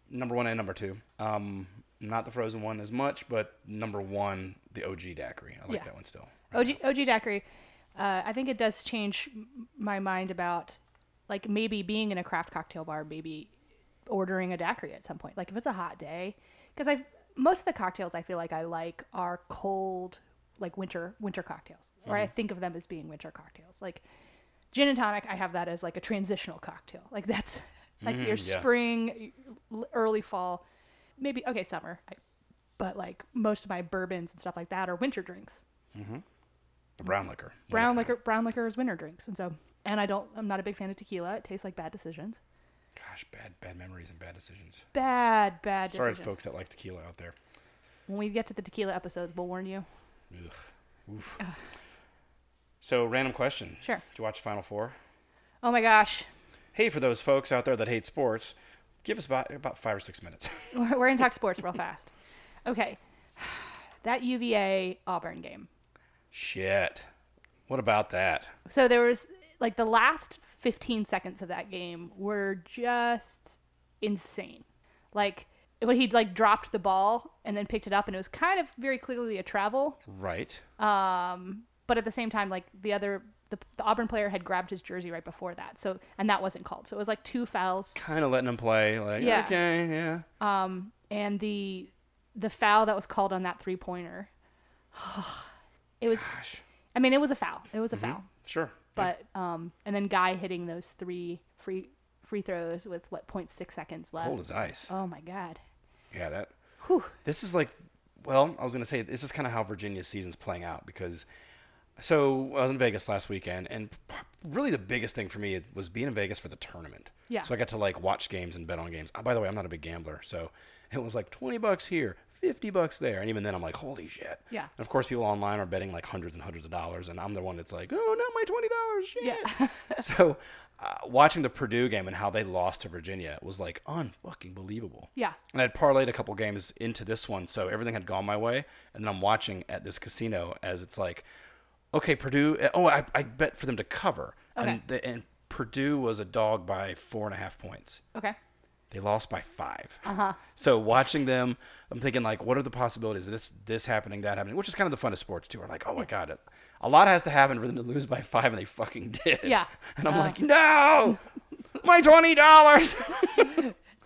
Speaker 2: number one and number two. Um, not the frozen one as much, but number one, the OG daiquiri. I like
Speaker 1: Yeah.
Speaker 2: that one still.
Speaker 1: OG, OG daiquiri. Uh, I think it does change m- my mind about like maybe being in a craft cocktail bar, maybe ordering a daiquiri at some point. Like if it's a hot day, because I've most of the cocktails I feel like I like are cold, like winter winter cocktails, or I think of them as being winter cocktails. Like gin and tonic, I have that as like a transitional cocktail. Like that's like your
Speaker 2: yeah.
Speaker 1: spring, l- early fall, maybe okay summer. I, but like most of my bourbons and stuff like that are winter drinks
Speaker 2: The brown liquor.
Speaker 1: brown liquor brown liquor is winter drinks and so and i don't i'm not a big fan of tequila it tastes like bad decisions
Speaker 2: Gosh, bad, bad memories and bad decisions.
Speaker 1: bad bad
Speaker 2: Sorry,
Speaker 1: decisions
Speaker 2: to folks that like tequila out there.
Speaker 1: when we get to the tequila episodes we'll warn you
Speaker 2: Ugh. Oof. So, random question.
Speaker 1: Sure.
Speaker 2: Did you watch Final Four?
Speaker 1: oh my gosh [LAUGHS]
Speaker 2: Hey, for those folks out there that hate sports, give us about, about five or six minutes.
Speaker 1: we're, we're gonna talk sports real fast okay [SIGHS] that uva auburn game
Speaker 2: Shit. What about that?
Speaker 1: so there was like the last 15 seconds of that game were just insane like when he like dropped the ball and then picked it up and it was kind of very clearly a travel
Speaker 2: Right.
Speaker 1: Um, but at the same time, like the other, the, the Auburn player had grabbed his jersey right before that, so and that wasn't called. So it was like two fouls.
Speaker 2: Kind of letting them play. Like,
Speaker 1: Yeah.
Speaker 2: okay, yeah.
Speaker 1: Um, and the the foul that was called on that three pointer, [SIGHS] it was.
Speaker 2: Gosh.
Speaker 1: I mean, it was a foul. It was a foul.
Speaker 2: Sure.
Speaker 1: But um, and then Guy hitting those three free free throws with what 0.6 seconds left.
Speaker 2: Cold as ice.
Speaker 1: Oh my god.
Speaker 2: Yeah, that.
Speaker 1: Whew.
Speaker 2: This is like, well, I was gonna say this is kind of how Virginia's season's playing out because. So I was in Vegas last weekend, and p- really the biggest thing for me was being in Vegas for the tournament.
Speaker 1: Yeah.
Speaker 2: So I got to like watch games and bet on games. Uh, by the way, I'm not a big gambler, so it was like 20 bucks here, 50 bucks there, and even then I'm like, holy shit.
Speaker 1: Yeah.
Speaker 2: And of course, people online are betting like hundreds and hundreds of dollars, and I'm the one that's like, oh, not my 20 dollars. Shit.
Speaker 1: Yeah.
Speaker 2: [LAUGHS] so uh, watching the Purdue game and how they lost to Virginia was like unfucking believable.
Speaker 1: Yeah.
Speaker 2: And I'd parlayed a couple games into this one, so everything had gone my way. And then I'm watching at this casino as it's like, okay, Purdue. Oh, I, I bet for them to cover,
Speaker 1: Okay.
Speaker 2: and, the, and Purdue was a dog by four and a half points.
Speaker 1: Okay.
Speaker 2: They lost by five. Uh-huh. So watching them, I'm thinking like, what are the possibilities of this this happening, that happening, which is kind of the fun of sports too. We're like, oh my god, it, a lot has to happen for them to lose by five, and they fucking did.
Speaker 1: Yeah.
Speaker 2: [LAUGHS]
Speaker 1: Uh.
Speaker 2: And I'm like, no, my twenty dollars. [LAUGHS]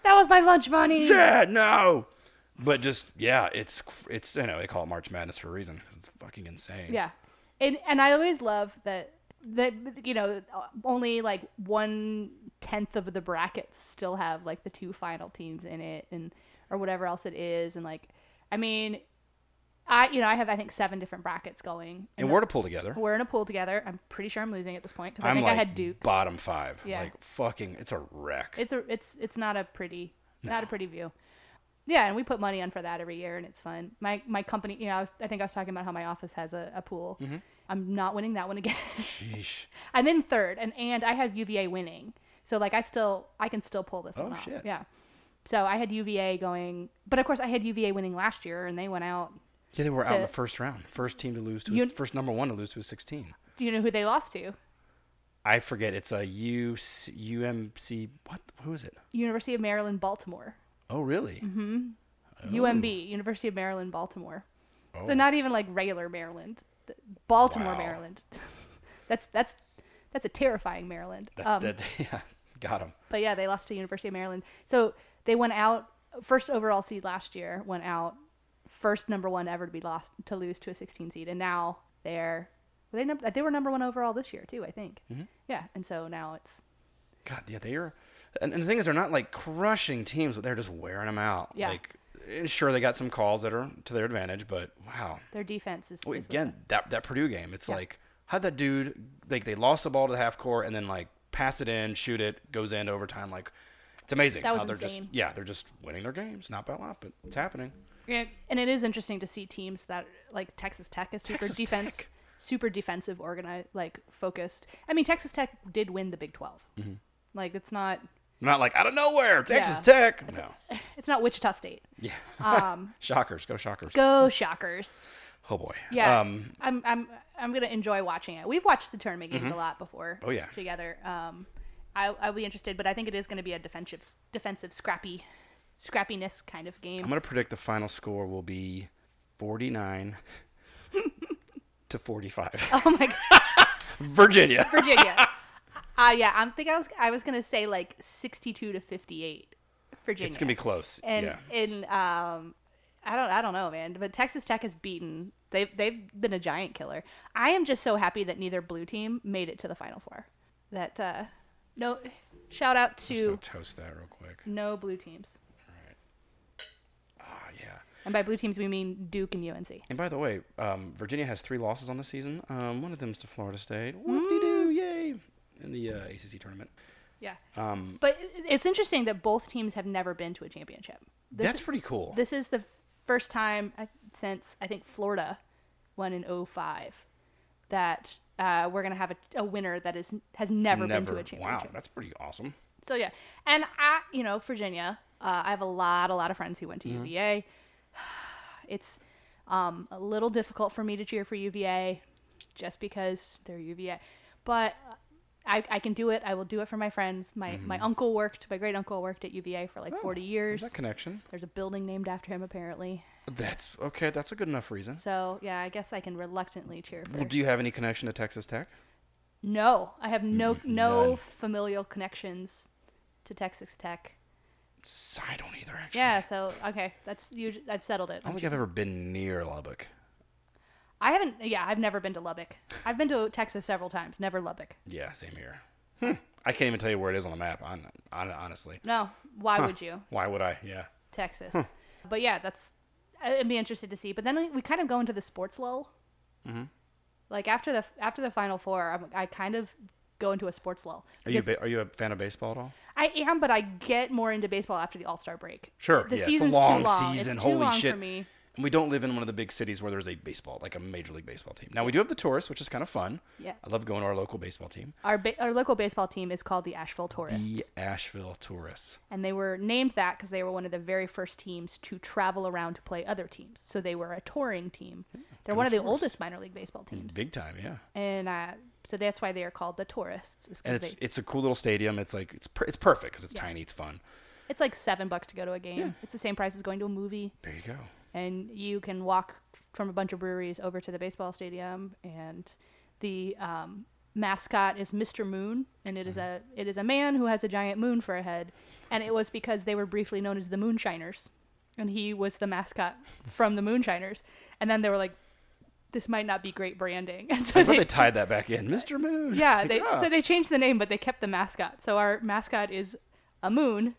Speaker 1: That was my lunch money.
Speaker 2: yeah, no. But just yeah, it's cr- it's you know they call it March Madness for a reason. 'cause It's fucking insane.
Speaker 1: Yeah. And and I always love that the you know only like one tenth of the brackets still have like the two final teams in it and or whatever else it is and like i mean i you know i have i think seven different brackets going
Speaker 2: And we're to pull together.
Speaker 1: we're in a pool together i'm pretty sure i'm losing at this point because i
Speaker 2: I'm
Speaker 1: think
Speaker 2: like
Speaker 1: i had duke
Speaker 2: bottom five.
Speaker 1: Yeah.
Speaker 2: Like fucking, it's a wreck.
Speaker 1: it's a it's it's not a pretty not a pretty view yeah and we put money on for that every year and it's fun my my company you know i, was, I think i was talking about how my office has a, a pool
Speaker 2: Mm-hmm.
Speaker 1: i'm not winning that one again
Speaker 2: Sheesh.
Speaker 1: I'm in third, and and I have UVA winning. So like I still I can still pull this
Speaker 2: Oh,
Speaker 1: one off.
Speaker 2: shit.
Speaker 1: Yeah. So I had UVA going, but of course I had UVA winning last year, and they went out.
Speaker 2: Yeah, they were out in
Speaker 1: To-
Speaker 2: the first round. First team to lose to
Speaker 1: You-
Speaker 2: his, first number one to lose to a sixteen.
Speaker 1: Do you know who they lost to?
Speaker 2: I forget. It's a U C- UMC. What? Who is it?
Speaker 1: University of Maryland, Baltimore.
Speaker 2: Oh, really?
Speaker 1: Mm-hmm. UMB, University of Maryland, Baltimore.
Speaker 2: Oh.
Speaker 1: So not even like regular Maryland, Th- Baltimore,
Speaker 2: Wow.
Speaker 1: Maryland. [LAUGHS] that's that's that's a terrifying Maryland. Um,
Speaker 2: That's, that, [LAUGHS] yeah, got him.
Speaker 1: But yeah, they lost to University of Maryland. So they went out first overall seed last year, went out first number one ever to be lost to lose to a 16 seed, and now they're were they number they were number one overall this year too, I think.
Speaker 2: Mm-hmm.
Speaker 1: Yeah, and so now it's
Speaker 2: God, yeah, they are. And, and the thing is, they're not like crushing teams, but they're just wearing them out.
Speaker 1: Yeah.
Speaker 2: Like, and sure, they got some calls that are to their advantage, but wow.
Speaker 1: their defense is,
Speaker 2: Well,
Speaker 1: is
Speaker 2: again, that that Purdue game, it's like how'd that dude like they lost the ball to the half court and then like pass it in, shoot it, goes into overtime. Like, it's amazing
Speaker 1: That was
Speaker 2: how they're
Speaker 1: insane.
Speaker 2: just yeah, they're just winning their games, not by a lot, but it's happening.
Speaker 1: Yeah, and it is interesting to see teams that like Texas Tech is super
Speaker 2: Texas
Speaker 1: defense,
Speaker 2: Tech.
Speaker 1: super defensive, organized, like focused. I mean, Texas Tech did win the Big 12
Speaker 2: Mm-hmm.
Speaker 1: Like it's not
Speaker 2: Not like out of nowhere, Texas
Speaker 1: Yeah.
Speaker 2: Tech. No,
Speaker 1: [LAUGHS] it's not Wichita State.
Speaker 2: yeah, shockers, go shockers.
Speaker 1: Go Shockers.
Speaker 2: Oh boy,
Speaker 1: Yeah,
Speaker 2: Um,
Speaker 1: I'm I'm I'm gonna enjoy watching it. We've watched the tournament games a lot before.
Speaker 2: Oh, yeah.
Speaker 1: together. Um, I I'll be interested, but I think it is gonna be a defensive defensive scrappy, scrappiness kind of game. [LAUGHS]
Speaker 2: I'm gonna predict the final score will be
Speaker 1: [LAUGHS]
Speaker 2: 49 to 45.
Speaker 1: oh my god,
Speaker 2: Virginia.
Speaker 1: Virginia. Uh, yeah, I'm think I was I was gonna say like 62 to 58, Virginia.
Speaker 2: It's gonna be close.
Speaker 1: and
Speaker 2: yeah.
Speaker 1: and um, I don't I don't know, man. But Texas Tech has beaten. They've they've been a giant killer. I am just so happy that neither blue team made it to the final four. That uh, no, shout out
Speaker 2: Just
Speaker 1: to
Speaker 2: gonna toast that real quick.
Speaker 1: no blue teams,
Speaker 2: Ah, yeah.
Speaker 1: and by blue teams we mean Duke and UNC.
Speaker 2: And by the way, um, Virginia has three losses on the season. Um, one of them's to Florida State. Whoop de
Speaker 1: Mm.
Speaker 2: doo, yay! In the uh, ACC tournament.
Speaker 1: Yeah. Um, but it- it's interesting that both teams have never been to a championship. This,
Speaker 2: That's pretty cool.
Speaker 1: this is the first time I- since I think Florida won in 05 that uh, we're gonna have a, a winner that is has never, been to a championship.
Speaker 2: wow, that's pretty awesome.
Speaker 1: So yeah, and I, you know, Virginia. Uh, I have a lot, a lot of friends who went to
Speaker 2: Mm-hmm.
Speaker 1: UVA. [SIGHS] It's um, a little difficult for me to cheer for UVA, just because they're UVA. But I, I can do it. I will do it for my friends. My my uncle worked. My great uncle worked at UVA for like forty
Speaker 2: There's
Speaker 1: years.
Speaker 2: Mm-hmm. Oh, that connection.
Speaker 1: There's a building named after him apparently.
Speaker 2: That's okay. That's a good enough reason.
Speaker 1: So yeah, I guess I can reluctantly cheer for.
Speaker 2: Well, do you have any connection to Texas Tech?
Speaker 1: no, I have no no
Speaker 2: Mm-hmm. none.
Speaker 1: familial connections to Texas Tech.
Speaker 2: S- I don't either, actually.
Speaker 1: Yeah, so okay, that's usually I've settled it.
Speaker 2: I don't think I've ever been near Lubbock.
Speaker 1: I haven't. Yeah, I've never been to Lubbock. I've been to Texas several times. Never Lubbock.
Speaker 2: Yeah, same here. Hmm. I can't even tell you where it is on the map. On, on honestly,
Speaker 1: No. Why would you,
Speaker 2: why would I? Yeah.
Speaker 1: Texas? But yeah, that's. I'd be interested to see. But then we, we kind of go into the sports lull. Mm-hmm. Like after the after the Final Four, I'm, I kind of go into a sports lull.
Speaker 2: Are you ba- are you a fan of baseball at all?
Speaker 1: I am, but I get more into baseball after the All Star break.
Speaker 2: Sure.
Speaker 1: The
Speaker 2: yeah,
Speaker 1: season's
Speaker 2: it's a long
Speaker 1: too long.
Speaker 2: season.
Speaker 1: It's too
Speaker 2: Holy
Speaker 1: long
Speaker 2: shit.
Speaker 1: for me.
Speaker 2: And we don't live in one of the big cities where there's a baseball, like a major league baseball team. Now we do have the tourists, which is kind of fun.
Speaker 1: Yeah.
Speaker 2: I love going to our local baseball team,
Speaker 1: Our ba- our local baseball team is called the Asheville Tourists.
Speaker 2: the Asheville Tourists.
Speaker 1: And they were named that because they were one of the very first teams to travel around to play other teams. So they were a touring team. They're one of the oldest minor league baseball teams,
Speaker 2: Big time, yeah.
Speaker 1: and uh, so that's why they are called the tourists. Is 'cause
Speaker 2: And
Speaker 1: they-
Speaker 2: it's
Speaker 1: it's,
Speaker 2: it's a cool little stadium. It's like it's per- it's perfect because it's tiny, it's fun.
Speaker 1: like seven bucks to go to a game. It's the same price as going to a movie,
Speaker 2: There you go.
Speaker 1: and you can walk from a bunch of breweries over to the baseball stadium. And the um, mascot is Mr. Moon, and it is
Speaker 2: Mm-hmm.
Speaker 1: a it is a man who has a giant moon for a head. And it was because they were briefly known as the Moonshiners. and he was the mascot from the Moonshiners. And then they were like, this might not be great branding. [LAUGHS] And so
Speaker 2: I thought they tied that back in, Mr. Moon. [LAUGHS]
Speaker 1: yeah,
Speaker 2: Like,
Speaker 1: they,
Speaker 2: ah.
Speaker 1: so they changed the name, but they kept the mascot. So our mascot is a moon.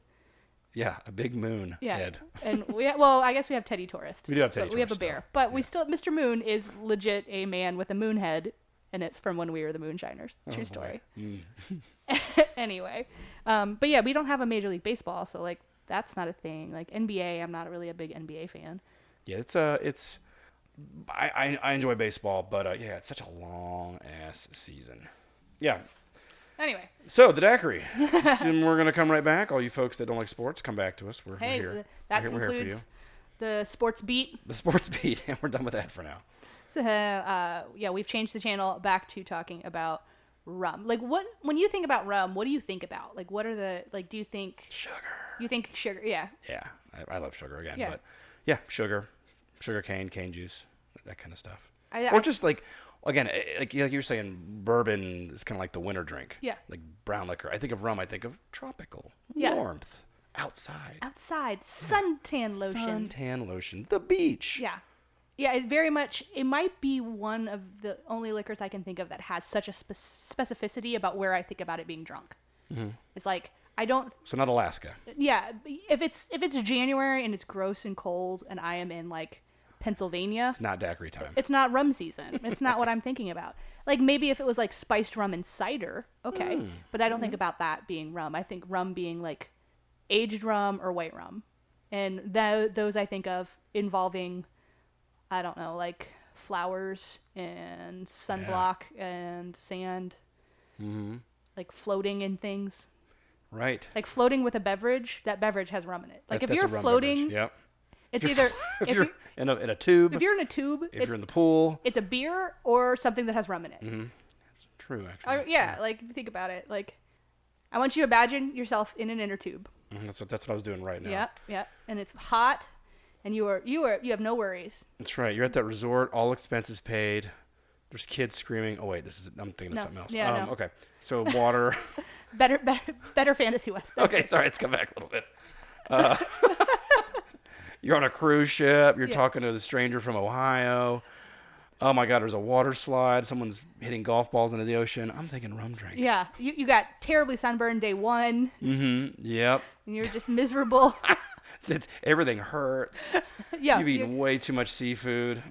Speaker 2: yeah, a big moon
Speaker 1: Yeah.
Speaker 2: head.
Speaker 1: and we well, I guess we have Teddy Tourist.
Speaker 2: We do have Teddy
Speaker 1: but We have a
Speaker 2: Tourist
Speaker 1: bear, but we still Mr. Moon is legit a man with a moon head, and it's from when we were the Moonshiners.
Speaker 2: Oh,
Speaker 1: True story.
Speaker 2: Mm.
Speaker 1: [LAUGHS] anyway, um, but yeah, we don't have a Major League Baseball, so like that's not a thing. Like NBA, I'm not really a big NBA fan.
Speaker 2: Yeah, it's uh it's I, I I enjoy baseball, but uh, yeah, it's such a long ass season. Yeah.
Speaker 1: Anyway,
Speaker 2: So
Speaker 1: [LAUGHS]
Speaker 2: the daiquiri. and we're gonna come right back. All you folks that don't like sports, come back to us. We're,
Speaker 1: hey,
Speaker 2: we're here.
Speaker 1: th- that
Speaker 2: we're here, we're here for
Speaker 1: concludes
Speaker 2: you.
Speaker 1: the sports beat. [LAUGHS]
Speaker 2: The sports [LAUGHS] beat, and we're done with that for now.
Speaker 1: So, uh, yeah, we've changed the channel back to talking about rum. Like, what when you think about rum, what do you think about? Like, what are the like? Do you think
Speaker 2: Sugar.
Speaker 1: you think sugar? Yeah,
Speaker 2: Yeah, I, I love sugar again,
Speaker 1: Yeah.
Speaker 2: but yeah, sugar, sugar cane, cane juice, that kind of stuff.
Speaker 1: I- I-
Speaker 2: or just like again, eh, like you- like you were saying, bourbon is kind of like the winter drink.
Speaker 1: Yeah.
Speaker 2: Like brown liquor. I think of rum. I think of tropical
Speaker 1: Yeah.
Speaker 2: warmth outside.
Speaker 1: outside suntan lotion.
Speaker 2: Suntan lotion, the beach.
Speaker 1: Yeah. Yeah, it very much it might be one of the only liquors I can think of that has such a spe- specificity about where I think about it being drunk. It's like I don't
Speaker 2: So not Alaska.
Speaker 1: yeah, if it's if it's January and it's gross and cold and I am in like Pennsylvania,
Speaker 2: It's not daiquiri time.
Speaker 1: it's not rum season. It's not what I'm thinking about. Like maybe if it was like spiced rum and cider, okay.
Speaker 2: Hmm.
Speaker 1: But I don't
Speaker 2: Mm-hmm.
Speaker 1: think about that being rum. I think rum being like aged rum or white rum. And th- those I think of involving I don't know, like flowers and sunblock and sand.
Speaker 2: Mm-hmm.
Speaker 1: Like floating in things.
Speaker 2: right.
Speaker 1: Like floating with a beverage, that beverage has rum in it. Like
Speaker 2: That-
Speaker 1: if
Speaker 2: that's
Speaker 1: you're
Speaker 2: a rum
Speaker 1: floating,
Speaker 2: beverage. Yep.
Speaker 1: it's either
Speaker 2: [LAUGHS]
Speaker 1: if
Speaker 2: If, you're,
Speaker 1: you're
Speaker 2: in a, in a tube,
Speaker 1: if you're in a tube,
Speaker 2: if
Speaker 1: it's
Speaker 2: you're in the pool,
Speaker 1: it's a beer or something that has rum in it.
Speaker 2: true actually.
Speaker 1: Or, yeah, like if you think about it. Like, I want you to imagine yourself in an inner tube.
Speaker 2: Mhm, That's what that's what I was doing right now.
Speaker 1: Yep, yep. And it's hot, and you are you are you have no worries.
Speaker 2: That's right. You're at that resort, all expenses paid. There's kids screaming. Oh wait, this is I'm thinking of
Speaker 1: No.
Speaker 2: something else.
Speaker 1: Yeah,
Speaker 2: um,
Speaker 1: no.
Speaker 2: Okay, so
Speaker 1: [LAUGHS]
Speaker 2: water. [LAUGHS]
Speaker 1: Better better better fantasy West. Better.
Speaker 2: okay, sorry, let's come back a little bit. Uh, [LAUGHS] you're on a cruise ship. You're talking to the stranger from Ohio. Oh my God, there's a water slide. Someone's hitting golf balls into the ocean. I'm thinking rum drink.
Speaker 1: Yeah, you, you got terribly sunburned day one, and
Speaker 2: Yep.
Speaker 1: you're just
Speaker 2: [LAUGHS]
Speaker 1: miserable. [LAUGHS]
Speaker 2: It's, it's- everything hurts.
Speaker 1: Oh, yeah,
Speaker 2: You've
Speaker 1: you-
Speaker 2: eaten way too much seafood.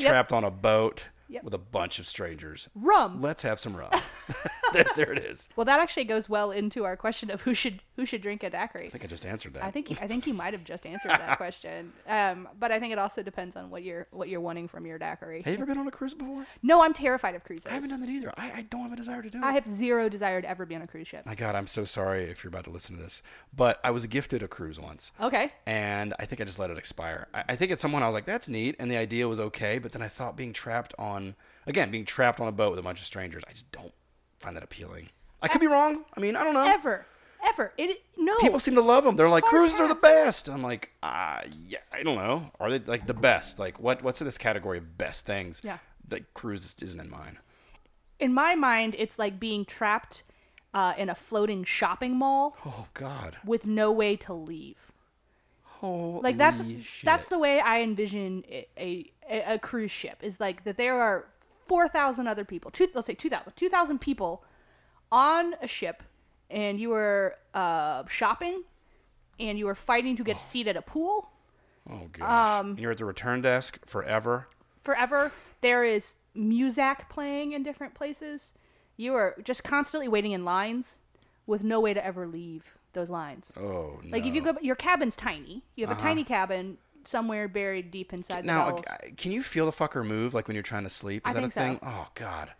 Speaker 2: Trapped on a boat
Speaker 1: Yep.
Speaker 2: with a bunch of strangers.
Speaker 1: rum.
Speaker 2: Let's have some rum. [LAUGHS] there, there it is.
Speaker 1: Well, that actually goes well into our question of who should who should drink a daiquiri.
Speaker 2: I think I just answered that.
Speaker 1: I think he, I think he might have just answered
Speaker 2: [LAUGHS]
Speaker 1: that question, um, but I think it also depends on what you're what you're wanting from your daiquiri.
Speaker 2: Have you ever been on a cruise before?
Speaker 1: No, I'm terrified of cruises.
Speaker 2: I haven't done that either. I, I don't have a desire to do it.
Speaker 1: I have zero desire to ever be on a cruise ship.
Speaker 2: My God, I'm so sorry if you're about to listen to this, but I was gifted a cruise once.
Speaker 1: Okay.
Speaker 2: And I think I just let it expire. I, I think at someone I was like, "That's neat," and the idea was okay. But then I thought being trapped on, again, being trapped on a boat with a bunch of strangers, I just don't find that appealing. I could be wrong. I mean, I don't know.
Speaker 1: Ever. Ever. It no.
Speaker 2: People seem to love them. They're like,
Speaker 1: Far
Speaker 2: "Cruises are the best." I'm like, "Ah, yeah, I don't know. Are they like the best? Like, what? What's in this category of best things?"
Speaker 1: Yeah.
Speaker 2: Like, cruise isn't in mine.
Speaker 1: in my mind, it's like being trapped uh, in a floating shopping mall
Speaker 2: Oh God.
Speaker 1: with no way to leave.
Speaker 2: Holy
Speaker 1: Like that's
Speaker 2: shit.
Speaker 1: that's the way I envision a a, a cruise ship is like that. There are four thousand other people. Two, let's say 2,000. 2,000 people on a ship, and you were uh, shopping, and you were fighting to get a seat at a pool.
Speaker 2: Oh gosh.
Speaker 1: um,
Speaker 2: and you're at the return desk forever.
Speaker 1: forever. There is Muzak playing in different places. You are just constantly waiting in lines with no way to ever leave those lines.
Speaker 2: Oh no. Uh-huh.
Speaker 1: like if you go, your cabin's tiny. You have a tiny cabin somewhere buried deep inside the
Speaker 2: now,
Speaker 1: bowels.
Speaker 2: uh, can you feel the fucker move like when you're trying to sleep? Is
Speaker 1: I
Speaker 2: that
Speaker 1: think
Speaker 2: a
Speaker 1: so.
Speaker 2: thing? Oh god.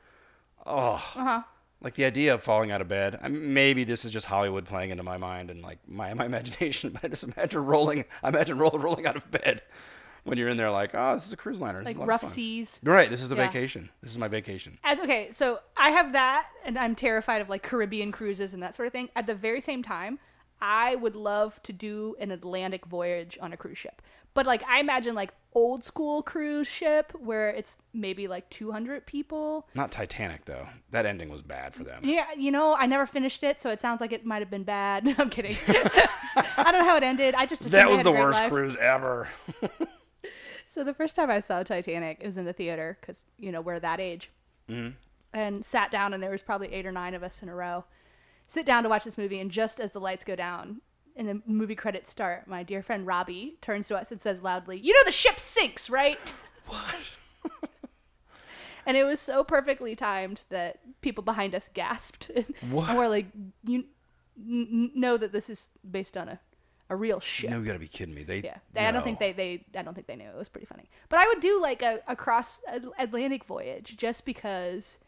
Speaker 2: Oh. Uh-huh. Like the idea of falling out of bed. I mean, maybe this is just Hollywood playing into my mind and like my [LAUGHS] my imagination. But I just imagine rolling. I imagine roll, rolling out of bed when you're in there. Like, oh, this is a cruise liner. This
Speaker 1: Like
Speaker 2: is a lot of
Speaker 1: rough
Speaker 2: fun."
Speaker 1: seas.
Speaker 2: Right. This is the
Speaker 1: Yeah.
Speaker 2: vacation. This is my vacation.
Speaker 1: As, okay, so I have that, and I'm terrified of like Caribbean cruises and that sort of thing. At the very same time, I would love to do an Atlantic voyage on a cruise ship, but like I imagine like old school cruise ship where it's maybe like 200 people.
Speaker 2: Not Titanic though. That ending was bad for them.
Speaker 1: Yeah, you know, I never finished it, so it sounds like it might have been bad. [LAUGHS] I'm kidding. I don't know how it ended. I just assumed
Speaker 2: That
Speaker 1: I
Speaker 2: was
Speaker 1: had
Speaker 2: the
Speaker 1: a great
Speaker 2: worst
Speaker 1: life.
Speaker 2: cruise ever.
Speaker 1: So the first time I saw Titanic, it was in the theater because you know we're that age, and sat down, and there was probably eight or nine of us in a row. Sit down to watch this movie, and just as the lights go down and the movie credits start, my dear friend Robbie turns to us and says loudly, "You know the ship sinks, right?"
Speaker 2: [LAUGHS] What?
Speaker 1: And it was so perfectly timed that people behind us gasped, [LAUGHS] and,
Speaker 2: What?
Speaker 1: and we're like, "You n- n- know that this is based on a, a real ship."
Speaker 2: No, you gotta be kidding me. They.
Speaker 1: Yeah, they, I don't think
Speaker 2: no.
Speaker 1: they they I don't think they knew it was pretty funny. But I would do like a, a cross Atlantic voyage just because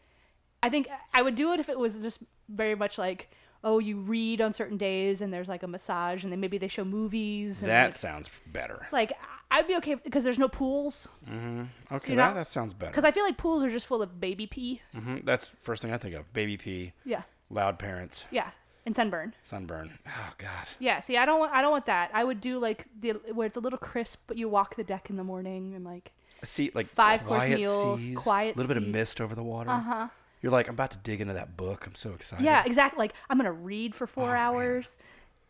Speaker 1: I think I would do it if it was just very much like oh you read on certain days and there's like a massage and then maybe they show movies. And
Speaker 2: That sounds better.
Speaker 1: like, like I'd be okay because there's no pools
Speaker 2: Okay,
Speaker 1: you're
Speaker 2: that,
Speaker 1: not-
Speaker 2: that sounds better.
Speaker 1: because I feel like pools are just full of baby pee.
Speaker 2: hmm That's first thing I think of. Baby pee,
Speaker 1: Yeah,
Speaker 2: loud parents,
Speaker 1: yeah, and sunburn.
Speaker 2: sunburn. Oh God.
Speaker 1: Yeah, see, I don't want I don't want that. I would do like the where it's a little crisp, but you walk the deck in the morning and like
Speaker 2: A sea like
Speaker 1: Five-course
Speaker 2: quiet
Speaker 1: meals,
Speaker 2: seas,
Speaker 1: quiet
Speaker 2: a little bit
Speaker 1: sea.
Speaker 2: of mist over the water. Uh huh. You're like, I'm about to dig into that book. I'm so excited.
Speaker 1: Yeah, exactly. Like I'm gonna read for four hours.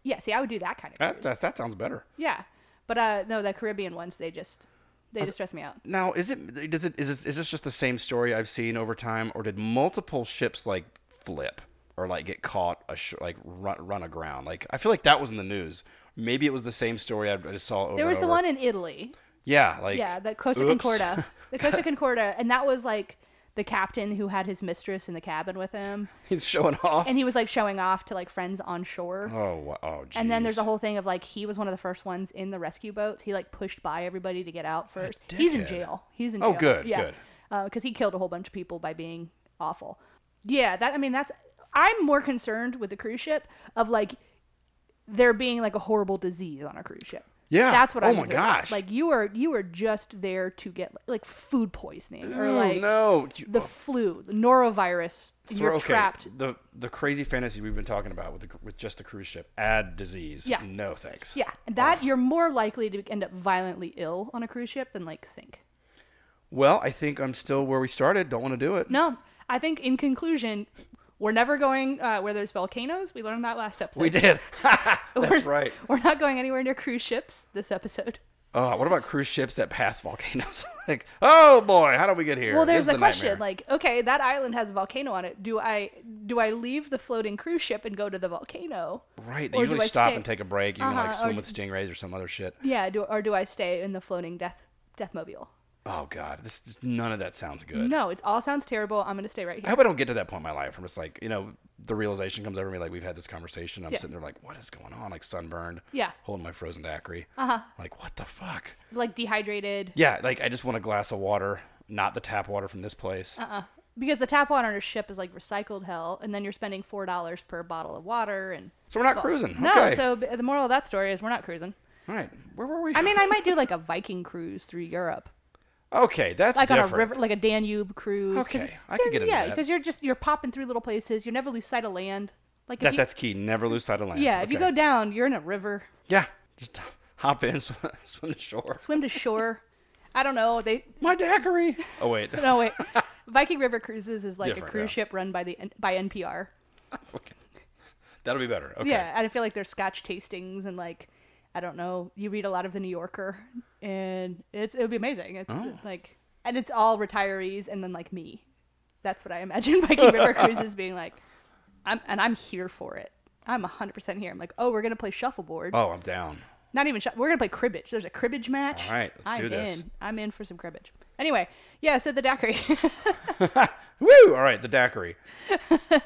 Speaker 1: Yeah, see, I would do that kind of
Speaker 2: That,
Speaker 1: cruise.
Speaker 2: that that sounds better.
Speaker 1: yeah, but uh, no, the Caribbean ones they just they just stress me out.
Speaker 2: Now, is it does it is this, is this just the same story I've seen over time, or did multiple ships like flip or like get caught a sh- like run run aground? Like I feel like that was in the news. Maybe it was the same story I I just saw. Over
Speaker 1: There was
Speaker 2: and
Speaker 1: the
Speaker 2: over.
Speaker 1: one in Italy.
Speaker 2: Yeah, like
Speaker 1: Yeah, the Costa
Speaker 2: oops.
Speaker 1: Concorda, the Costa Concorda, and that was like the captain who had his mistress in the cabin with him,
Speaker 2: [LAUGHS] He's showing off.
Speaker 1: and he was like showing off to like friends on shore.
Speaker 2: oh, wa- oh, geez.
Speaker 1: And then there's a whole thing of like he was one of the first ones in the rescue boats. He like pushed by everybody to get out first. He's in
Speaker 2: dickhead.
Speaker 1: jail. He's in
Speaker 2: Oh,
Speaker 1: jail.
Speaker 2: good,
Speaker 1: yeah.
Speaker 2: good.
Speaker 1: Because he killed a whole bunch of people by being awful. Yeah, that I mean that's I'm more concerned with the cruise ship of like there being like a horrible disease on a cruise ship.
Speaker 2: Yeah.
Speaker 1: that's what
Speaker 2: Oh
Speaker 1: I'm
Speaker 2: my
Speaker 1: concerned
Speaker 2: gosh.
Speaker 1: Like you are you are just there to get like food poisoning or
Speaker 2: Oh,
Speaker 1: like
Speaker 2: no, You-
Speaker 1: the flu, the norovirus. You're
Speaker 2: Throw- okay,
Speaker 1: trapped.
Speaker 2: The the crazy fantasy we've been talking about with the, with just the cruise ship. Add disease.
Speaker 1: Yeah.
Speaker 2: No thanks.
Speaker 1: Yeah, that you're more likely to end up violently ill on a cruise ship than like sink.
Speaker 2: Well, I think I'm still where we started. Don't want to do it.
Speaker 1: No, I think in conclusion, we're never going uh, where there's volcanoes. We learned that last episode.
Speaker 2: We did. [LAUGHS] That's right.
Speaker 1: [LAUGHS] We're not going anywhere near cruise ships this episode.
Speaker 2: Oh, what about cruise ships that pass volcanoes? [LAUGHS] like, oh boy, how do we get here?
Speaker 1: Well, there's the,
Speaker 2: This is a
Speaker 1: question.
Speaker 2: nightmare.
Speaker 1: Like, okay, that island has a volcano on it. Do I do I leave the floating cruise ship and go to the volcano?
Speaker 2: right? They
Speaker 1: or do
Speaker 2: usually
Speaker 1: I
Speaker 2: stop
Speaker 1: stay-
Speaker 2: and take a break. You can
Speaker 1: Uh-huh,
Speaker 2: like
Speaker 1: or
Speaker 2: swim
Speaker 1: do-
Speaker 2: with stingrays or some other shit.
Speaker 1: Yeah, do, or do I stay in the floating death death mobile?
Speaker 2: Oh god, this this- none of that sounds good.
Speaker 1: No, it all sounds terrible. I'm gonna stay right
Speaker 2: I
Speaker 1: here.
Speaker 2: hope I don't get to that point in my life. I'm just like, you know, the realization comes over me. Like we've had this conversation. I'm
Speaker 1: Yeah.
Speaker 2: sitting there like, what is going on? Like sunburned.
Speaker 1: Yeah. Uh-huh.
Speaker 2: Holding my frozen daiquiri. Uh huh. Like what the fuck?
Speaker 1: Like dehydrated.
Speaker 2: Yeah. Like I just want a glass of water, not the tap water from this place.
Speaker 1: Uh-uh. because the tap water on a ship is like recycled hell, and then you're spending four dollars per bottle of water. And
Speaker 2: So we're not cruising.
Speaker 1: no,
Speaker 2: okay.
Speaker 1: so b- the moral of that story is we're not cruising.
Speaker 2: All right. Where were we?
Speaker 1: I mean, I might do like a Viking cruise through Europe,
Speaker 2: okay, that's
Speaker 1: like
Speaker 2: different.
Speaker 1: on a river, like a Danube cruise. 'cause
Speaker 2: Okay,
Speaker 1: you-
Speaker 2: I could get into
Speaker 1: yeah,
Speaker 2: that.
Speaker 1: because you're just you're popping through little places. You never lose sight of land. Like if
Speaker 2: That,
Speaker 1: you,
Speaker 2: that's key. Never lose sight of land.
Speaker 1: yeah, if you
Speaker 2: Okay.
Speaker 1: go down, you're in a river.
Speaker 2: Yeah, just hop in, [LAUGHS] swim, swim to shore.
Speaker 1: Swim to shore. I don't know. They
Speaker 2: My daiquiri. Oh [LAUGHS] wait.
Speaker 1: no wait. Viking River Cruises is like a
Speaker 2: Different,
Speaker 1: cruise
Speaker 2: yeah.
Speaker 1: ship run by the N- by NPR.
Speaker 2: Okay. That'll be better. Okay.
Speaker 1: Yeah, and I feel like there's Scotch tastings and like I don't know. You read a lot of the New Yorker, and it's it would be amazing. It's
Speaker 2: Oh.
Speaker 1: like and it's all retirees and then like me. That's what I imagine [LAUGHS] Viking River Cruises being like. I'm and I'm here for it. I'm 100% here. I'm like, oh, we're gonna play shuffleboard.
Speaker 2: Oh, I'm down.
Speaker 1: Not even shuffle. We're gonna play cribbage. There's a cribbage match.
Speaker 2: All right, let's
Speaker 1: I'm
Speaker 2: do this.
Speaker 1: in. I'm in for some cribbage. Anyway, yeah. So the daiquiri. [LAUGHS]
Speaker 2: Woo! All right, the [LAUGHS] daiquiri.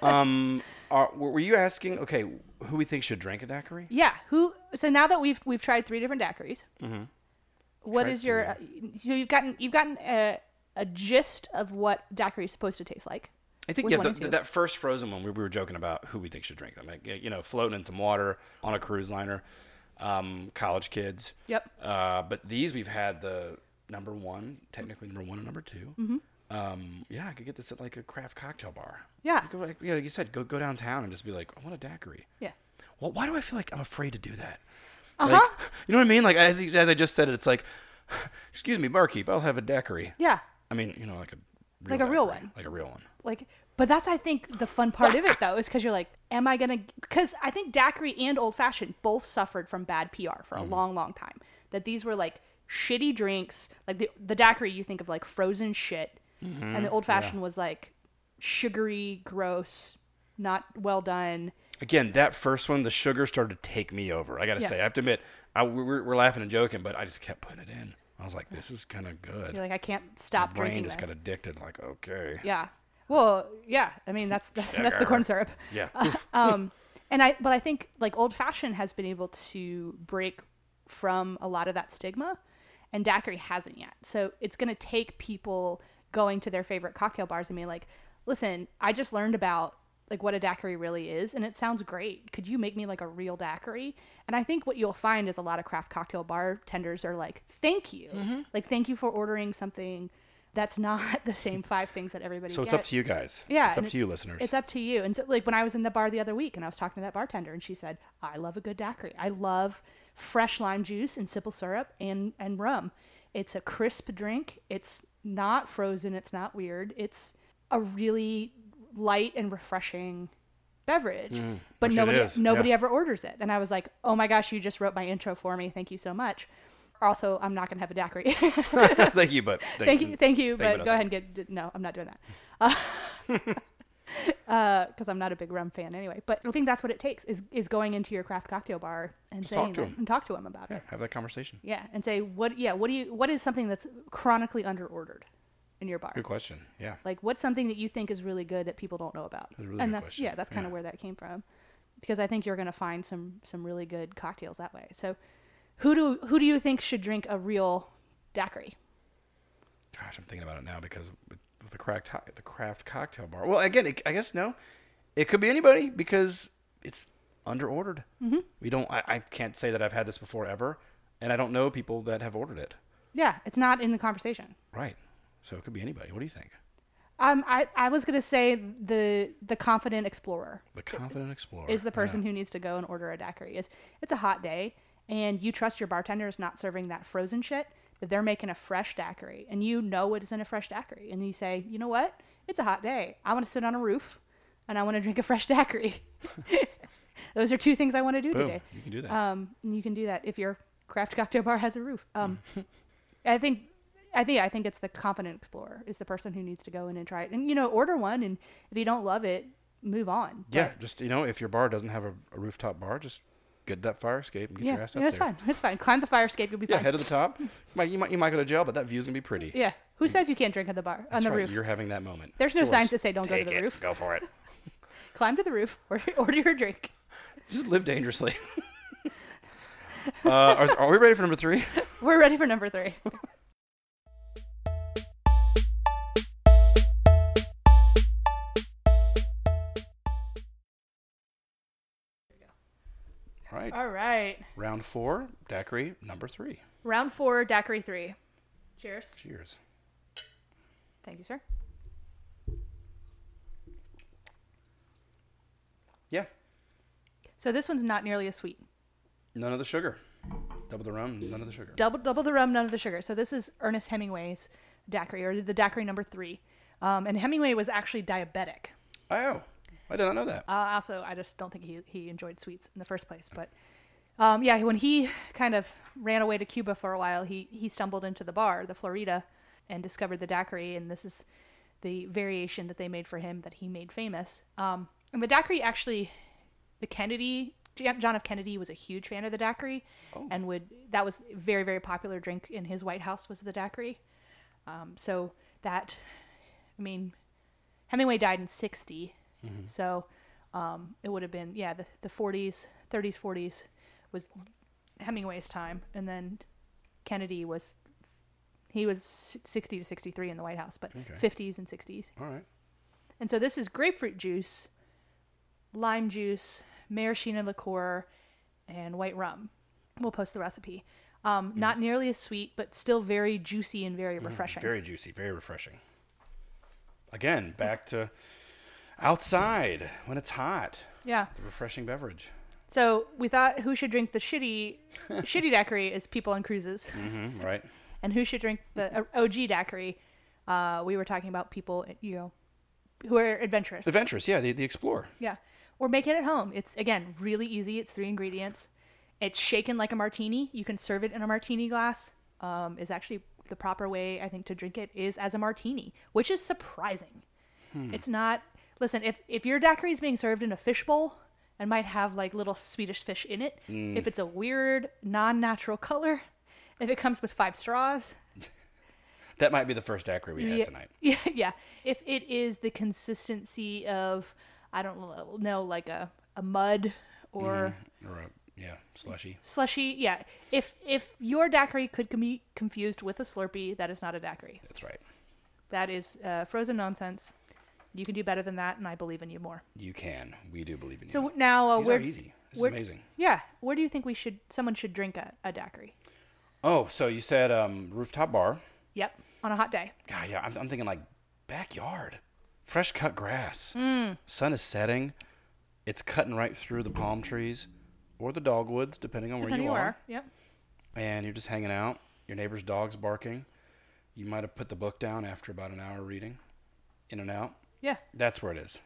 Speaker 2: um, are, were you asking? Okay, who we think should drink a daiquiri?
Speaker 1: yeah. Who? So now that we've we've tried three different daiquiris, what is your? Uh, so you've gotten you've gotten a, a gist of what daiquiri is supposed to taste like.
Speaker 2: I think
Speaker 1: With
Speaker 2: yeah,
Speaker 1: one
Speaker 2: the,
Speaker 1: and two.
Speaker 2: that first frozen one we, we were joking about who we think should drink them. Like, you know, floating in some water on a cruise liner, um, college kids.
Speaker 1: Yep.
Speaker 2: Uh, but these we've had the number one, technically number one and number 2
Speaker 1: Mm-hmm.
Speaker 2: Um, yeah, I could get this at like a craft cocktail bar.
Speaker 1: Yeah.
Speaker 2: Go, like, yeah, like you said, go go downtown and just be like, I want a daiquiri.
Speaker 1: Yeah.
Speaker 2: Well, why do I feel like I'm afraid to do that?
Speaker 1: Uh-huh.
Speaker 2: Like, [LAUGHS] you know what I mean? Like as as I just said, it, it's like, [SIGHS] excuse me, barkeep, I'll have a daiquiri.
Speaker 1: Yeah.
Speaker 2: I mean, you know, like a real
Speaker 1: Like a real
Speaker 2: daiquiri.
Speaker 1: one.
Speaker 2: like a real one.
Speaker 1: Like, but that's I think the fun part of it though is because you're like, am I gonna? Because I think daiquiri and old fashioned both suffered from bad PR for a long, long time. That these were like shitty drinks. Like the the daiquiri, you think of like frozen shit, and the old fashioned was like sugary, gross, not well done.
Speaker 2: Again, that first one, the sugar started to take me over. I got to
Speaker 1: Yeah.
Speaker 2: say, I have to admit, I, we're, we're laughing and joking, but I just kept putting it in. I was like, this is kind of good.
Speaker 1: You're like, I can't stop
Speaker 2: Brain
Speaker 1: drinking
Speaker 2: just
Speaker 1: this.
Speaker 2: got addicted.
Speaker 1: [LAUGHS]
Speaker 2: Like, okay.
Speaker 1: Yeah. Well, yeah. I mean, that's
Speaker 2: [LAUGHS]
Speaker 1: that's, that's the corn syrup.
Speaker 2: Yeah.
Speaker 1: um, and I, but I think like old fashioned has been able to break from a lot of that stigma, and daiquiri hasn't yet. So it's going to take people going to their favorite cocktail bars and being like, "Listen, I just learned about like what a daiquiri really is, and it sounds great. Could you make me like a real daiquiri?" And I think what you'll find is a lot of craft cocktail bartenders are like, "Thank you,
Speaker 2: Mm-hmm.
Speaker 1: like thank you for ordering something." That's not [LAUGHS] the same five things that everybody.
Speaker 2: so it's
Speaker 1: gets.
Speaker 2: up to you guys.
Speaker 1: Yeah,
Speaker 2: It's up
Speaker 1: and
Speaker 2: to you, listeners.
Speaker 1: It's [LAUGHS] up to you. And so, like when I was in the bar the other week, and I was talking to that bartender, and she said, "I love a good daiquiri. I love fresh lime juice and simple syrup and and rum. It's a crisp drink. It's not frozen. It's not weird. It's a really light and refreshing beverage. but
Speaker 2: Mm, which it
Speaker 1: nobody
Speaker 2: is,
Speaker 1: nobody
Speaker 2: yeah.
Speaker 1: ever orders it. And I was like, "Oh my gosh, you just wrote my intro for me. Thank you so much." Also, I'm not gonna have a daiquiri. [LAUGHS]
Speaker 2: [LAUGHS] thank you, but thank,
Speaker 1: thank you, thank you, but
Speaker 2: but no
Speaker 1: go ahead and get. No, I'm not doing
Speaker 2: [LAUGHS]
Speaker 1: that. [LAUGHS] because I'm not a big rum fan anyway. But I think that's what it takes is is going into your craft cocktail bar and
Speaker 2: talk
Speaker 1: saying
Speaker 2: to
Speaker 1: that,
Speaker 2: 'em.
Speaker 1: and talk to them about it.
Speaker 2: Have that conversation.
Speaker 1: Yeah, and say what? Yeah, what do you? What is something that's chronically underordered in your bar?
Speaker 2: Good question. Yeah.
Speaker 1: Like, what's something that you think is really good that people don't know about?
Speaker 2: a really
Speaker 1: and
Speaker 2: good
Speaker 1: that's
Speaker 2: question.
Speaker 1: yeah, that's kind of where that came from, because I think you're gonna find some some really good cocktails that way. So, who do who do you think should drink a real daiquiri?
Speaker 2: Gosh, I'm thinking about it now because with with the craft the craft cocktail bar. Well, again, it, I guess no, it could be anybody because it's underordered. Mm-hmm. We don't. I, I can't say that I've had this before ever, and I don't know people that have ordered it.
Speaker 1: Yeah, it's not in the conversation.
Speaker 2: Right. So it could be anybody. What do you think?
Speaker 1: Um, I, I was gonna say the the confident explorer
Speaker 2: The confident explorer
Speaker 1: is the person who needs to go and order a daiquiri. Is it's a hot day and you trust your bartender is not serving that frozen shit that they're making a fresh daiquiri and you know it is in a fresh daiquiri and you say, you know what? It's a hot day. I want to sit on a roof and I want to drink a fresh [LAUGHS] daiquiri. Those are two things I want to do
Speaker 2: Boom.
Speaker 1: today.
Speaker 2: You can do that.
Speaker 1: Um, and you can do that if your craft [LAUGHS] cocktail bar has a roof.
Speaker 2: [LAUGHS]
Speaker 1: Um, I think, I think, I think it's the confident explorer is the person who needs to go in and try it, and you know, order one, and if you don't love it, move on.
Speaker 2: yeah. Just you know, if your bar doesn't have a, a rooftop bar, just get that fire escape and get
Speaker 1: yeah,
Speaker 2: your ass up
Speaker 1: yeah, it's
Speaker 2: there.
Speaker 1: fine. It's fine. Climb the fire escape, you'll be
Speaker 2: Yeah.
Speaker 1: fine.
Speaker 2: Head to the top. might, you might you might go to jail, but that view's gonna be pretty.
Speaker 1: yeah. Who says you can't drink at the bar on
Speaker 2: That's
Speaker 1: the
Speaker 2: right,
Speaker 1: roof?
Speaker 2: You're having that moment.
Speaker 1: There's no
Speaker 2: It's
Speaker 1: signs that
Speaker 2: yours.
Speaker 1: say don't go to
Speaker 2: Take
Speaker 1: the
Speaker 2: it.
Speaker 1: roof.
Speaker 2: Go for it.
Speaker 1: Climb to the roof, [LAUGHS] order, order your drink.
Speaker 2: [LAUGHS] Just live dangerously. [LAUGHS] uh, are, are we ready for number three?
Speaker 1: We're ready for number
Speaker 2: [LAUGHS]
Speaker 1: three.
Speaker 2: All right.
Speaker 1: All right,
Speaker 2: Round four, daiquiri number three.
Speaker 1: round four, daiquiri three. Cheers.
Speaker 2: Cheers.
Speaker 1: Thank you, sir.
Speaker 2: Yeah.
Speaker 1: So this one's not nearly as sweet.
Speaker 2: None of the sugar. Double the rum, none of the sugar.
Speaker 1: double double the rum, none of the sugar. So this is Ernest Hemingway's daiquiri, or the daiquiri number three. Um, and Hemingway was actually diabetic.
Speaker 2: oh, I did not know that.
Speaker 1: Uh, also, I just don't think he, he enjoyed sweets in the first place. But um, yeah, when he kind of ran away to Cuba for a while, he he stumbled into the bar, the Florida, and discovered the daiquiri. And this is the variation that they made for him that he made famous. Um, and the daiquiri actually, the Kennedy. John F. Kennedy was a huge fan of the daiquiri, and would that was a very very popular drink in his White House was the daiquiri. Um, so that, I mean, Hemingway died in 60. So um, it would have been, yeah, the, the 40s, 30s, 40s was Hemingway's time. And then Kennedy was, he was si- 60 to 63 in the White House, but 50s and 60s.
Speaker 2: All right.
Speaker 1: And so this is grapefruit juice, lime juice, maraschino liqueur, and white rum. We'll post the recipe. Um,
Speaker 2: Mm.
Speaker 1: Not nearly as sweet, but still very juicy and very refreshing.
Speaker 2: Very juicy, very refreshing. Again, back to outside when it's hot.
Speaker 1: yeah.
Speaker 2: The refreshing beverage.
Speaker 1: So we thought who should drink the shitty, shitty daiquiri is people on cruises,
Speaker 2: Mm, right.
Speaker 1: and who should drink the uh, OG daiquiri. Uh, we were talking about people, you know, who are adventurous.
Speaker 2: Adventurous, yeah, the, the explorer.
Speaker 1: Yeah, or make it at home. It's again really easy. It's three ingredients. It's shaken like a martini. You can serve it in a martini glass. um, is actually the proper way I think to drink it is as a martini, which is surprising. It's not. Listen, if if your daiquiri is being served in a fishbowl and might have like little Swedish fish in it, if it's a weird non-natural color, if it comes with five straws,
Speaker 2: That might be the first daiquiri we had
Speaker 1: yeah,
Speaker 2: tonight.
Speaker 1: [LAUGHS] Yeah, yeah. If it is the consistency of I don't lo- know, like a, a mud or
Speaker 2: Or a, yeah, slushy.
Speaker 1: slushy, yeah. If if your daiquiri could com- be confused with a Slurpee, that is not a daiquiri.
Speaker 2: That's right.
Speaker 1: That is uh, frozen nonsense. You can do better than that, and I believe in you more.
Speaker 2: You can. We do believe in you.
Speaker 1: So now, uh,
Speaker 2: These are
Speaker 1: where
Speaker 2: easy. This is
Speaker 1: where-
Speaker 2: amazing.
Speaker 1: yeah, where do you think we should someone should drink a, a daiquiri?
Speaker 2: Oh, so you said um, rooftop bar.
Speaker 1: Yep, on a hot day.
Speaker 2: God, yeah, I'm, I'm thinking like backyard, fresh cut grass.
Speaker 1: Hmm.
Speaker 2: Sun is setting. It's cutting right through the palm trees or the dogwoods, depending on
Speaker 1: Depending
Speaker 2: where you
Speaker 1: where.
Speaker 2: are.
Speaker 1: Yep.
Speaker 2: And you're just hanging out. Your neighbor's dog's barking. You might have put the book down after about an hour reading. In and out.
Speaker 1: Yeah.
Speaker 2: That's where it is.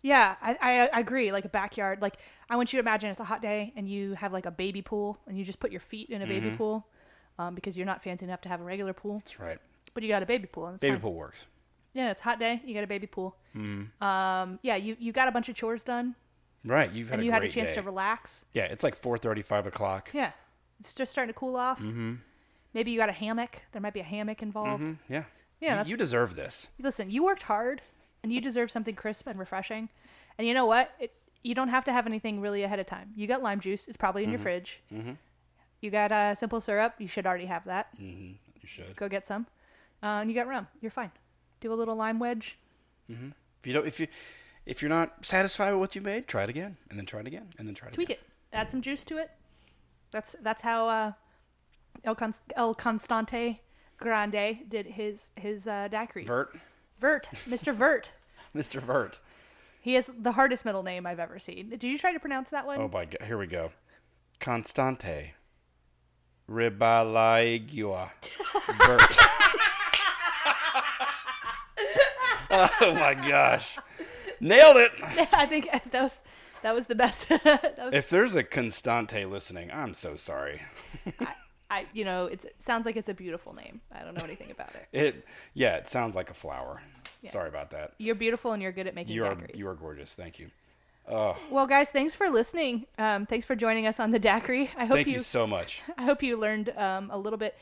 Speaker 1: Yeah, I, I I agree. Like a backyard. Like I want you to imagine it's a hot day and you have like a baby pool and you just put your feet in a baby
Speaker 2: Mm-hmm.
Speaker 1: pool um, because you're not fancy enough to have a regular pool,
Speaker 2: That's right.
Speaker 1: but you got a baby pool. And it's
Speaker 2: Baby
Speaker 1: fine.
Speaker 2: pool Mm-hmm. works.
Speaker 1: Yeah, it's a hot day. You got a baby pool. Um, yeah, you, you got a bunch of chores done
Speaker 2: Right. You've had
Speaker 1: and
Speaker 2: a
Speaker 1: you
Speaker 2: great
Speaker 1: had a chance
Speaker 2: day.
Speaker 1: to relax.
Speaker 2: yeah, it's like 4:30, 5 o'clock.
Speaker 1: Yeah, it's just starting to cool off. Mm-hmm. Maybe you got a hammock. There might be a hammock involved.
Speaker 2: Mm, Yeah.
Speaker 1: Yeah,
Speaker 2: You-
Speaker 1: that's-
Speaker 2: you deserve this.
Speaker 1: Listen, you worked hard and you deserve something crisp and refreshing. And you know what? It, you don't have to have anything really ahead of time. You got lime juice, it's probably in your fridge. You got uh, simple syrup, you should already have that.
Speaker 2: You should.
Speaker 1: Go get some. Uh, and you got rum, you're fine. Do a little lime wedge.
Speaker 2: If you don't, if you, if you're not satisfied with what you made, try it again, and then try it again, and then try it
Speaker 1: tweak
Speaker 2: again.
Speaker 1: it add some juice to it that's that's how uh el, Const- el constante grande did his his uh daiquiris
Speaker 2: Vert, [LAUGHS]
Speaker 1: vert mr vert
Speaker 2: Mr. Vert.
Speaker 1: he has the hardest middle name i've ever seen did you try to pronounce that one?
Speaker 2: Oh my God, here we go. Constante Ribalaigua Vert. [LAUGHS] oh my gosh, nailed it!
Speaker 1: [LAUGHS] i think that was that was the best [LAUGHS] that was,
Speaker 2: If there's a Constante listening, I'm so sorry.
Speaker 1: I, I you know it's, it sounds like it's a beautiful name i don't know anything about it
Speaker 2: It, yeah, it sounds like a flower. Sorry about that.
Speaker 1: you're beautiful and you're good at making
Speaker 2: You are
Speaker 1: daiquiris
Speaker 2: you are gorgeous. Thank you.
Speaker 1: well guys thanks for listening um thanks for joining us on the daiquiri i hope
Speaker 2: Thank
Speaker 1: you
Speaker 2: you so much.
Speaker 1: I hope you learned um, a little bit.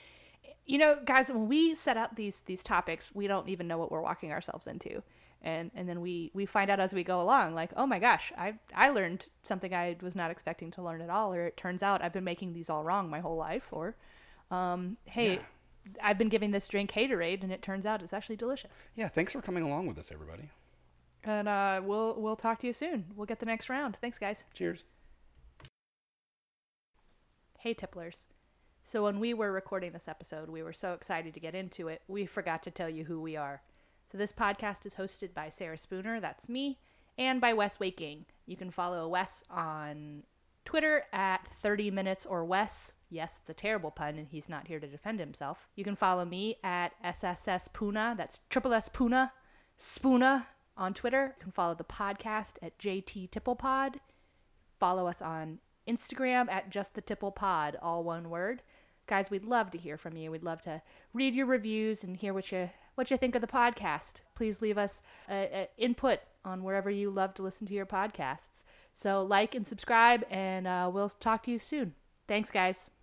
Speaker 1: You know, guys, when we set out these these topics, we don't even know what we're walking ourselves into, and and then we we find out as we go along, like, oh my gosh, I I learned something I was not expecting to learn at all, or it turns out I've been making these all wrong my whole life, or, um, hey, I've been giving this drink Haterade, and it turns out it's actually delicious.
Speaker 2: Yeah, thanks for coming along with us, everybody.
Speaker 1: And uh, we'll we'll talk to you soon. We'll get the next round. Thanks, guys.
Speaker 2: Cheers.
Speaker 1: Hey, tipplers. So, when we were recording this episode, we were so excited to get into it, we forgot to tell you who we are. So, this podcast is hosted by Sarah Spooner, that's me, and by Wes Waking. You can follow Wes on Twitter at 30 Minutes or Wes. Yes, it's a terrible pun, and he's not here to defend himself. You can follow me at SSS Puna, that's triple S Puna, Spoona on Twitter. You can follow the podcast at JT Tipplepod follow us on Instagram at just the tipple pod, all one word. Guys, we'd love to hear from you. We'd love to read your reviews and hear what you what you think of the podcast. Please leave us uh, uh, input on wherever you love to listen to your podcasts. So like and subscribe, and uh, we'll talk to you soon. Thanks, guys.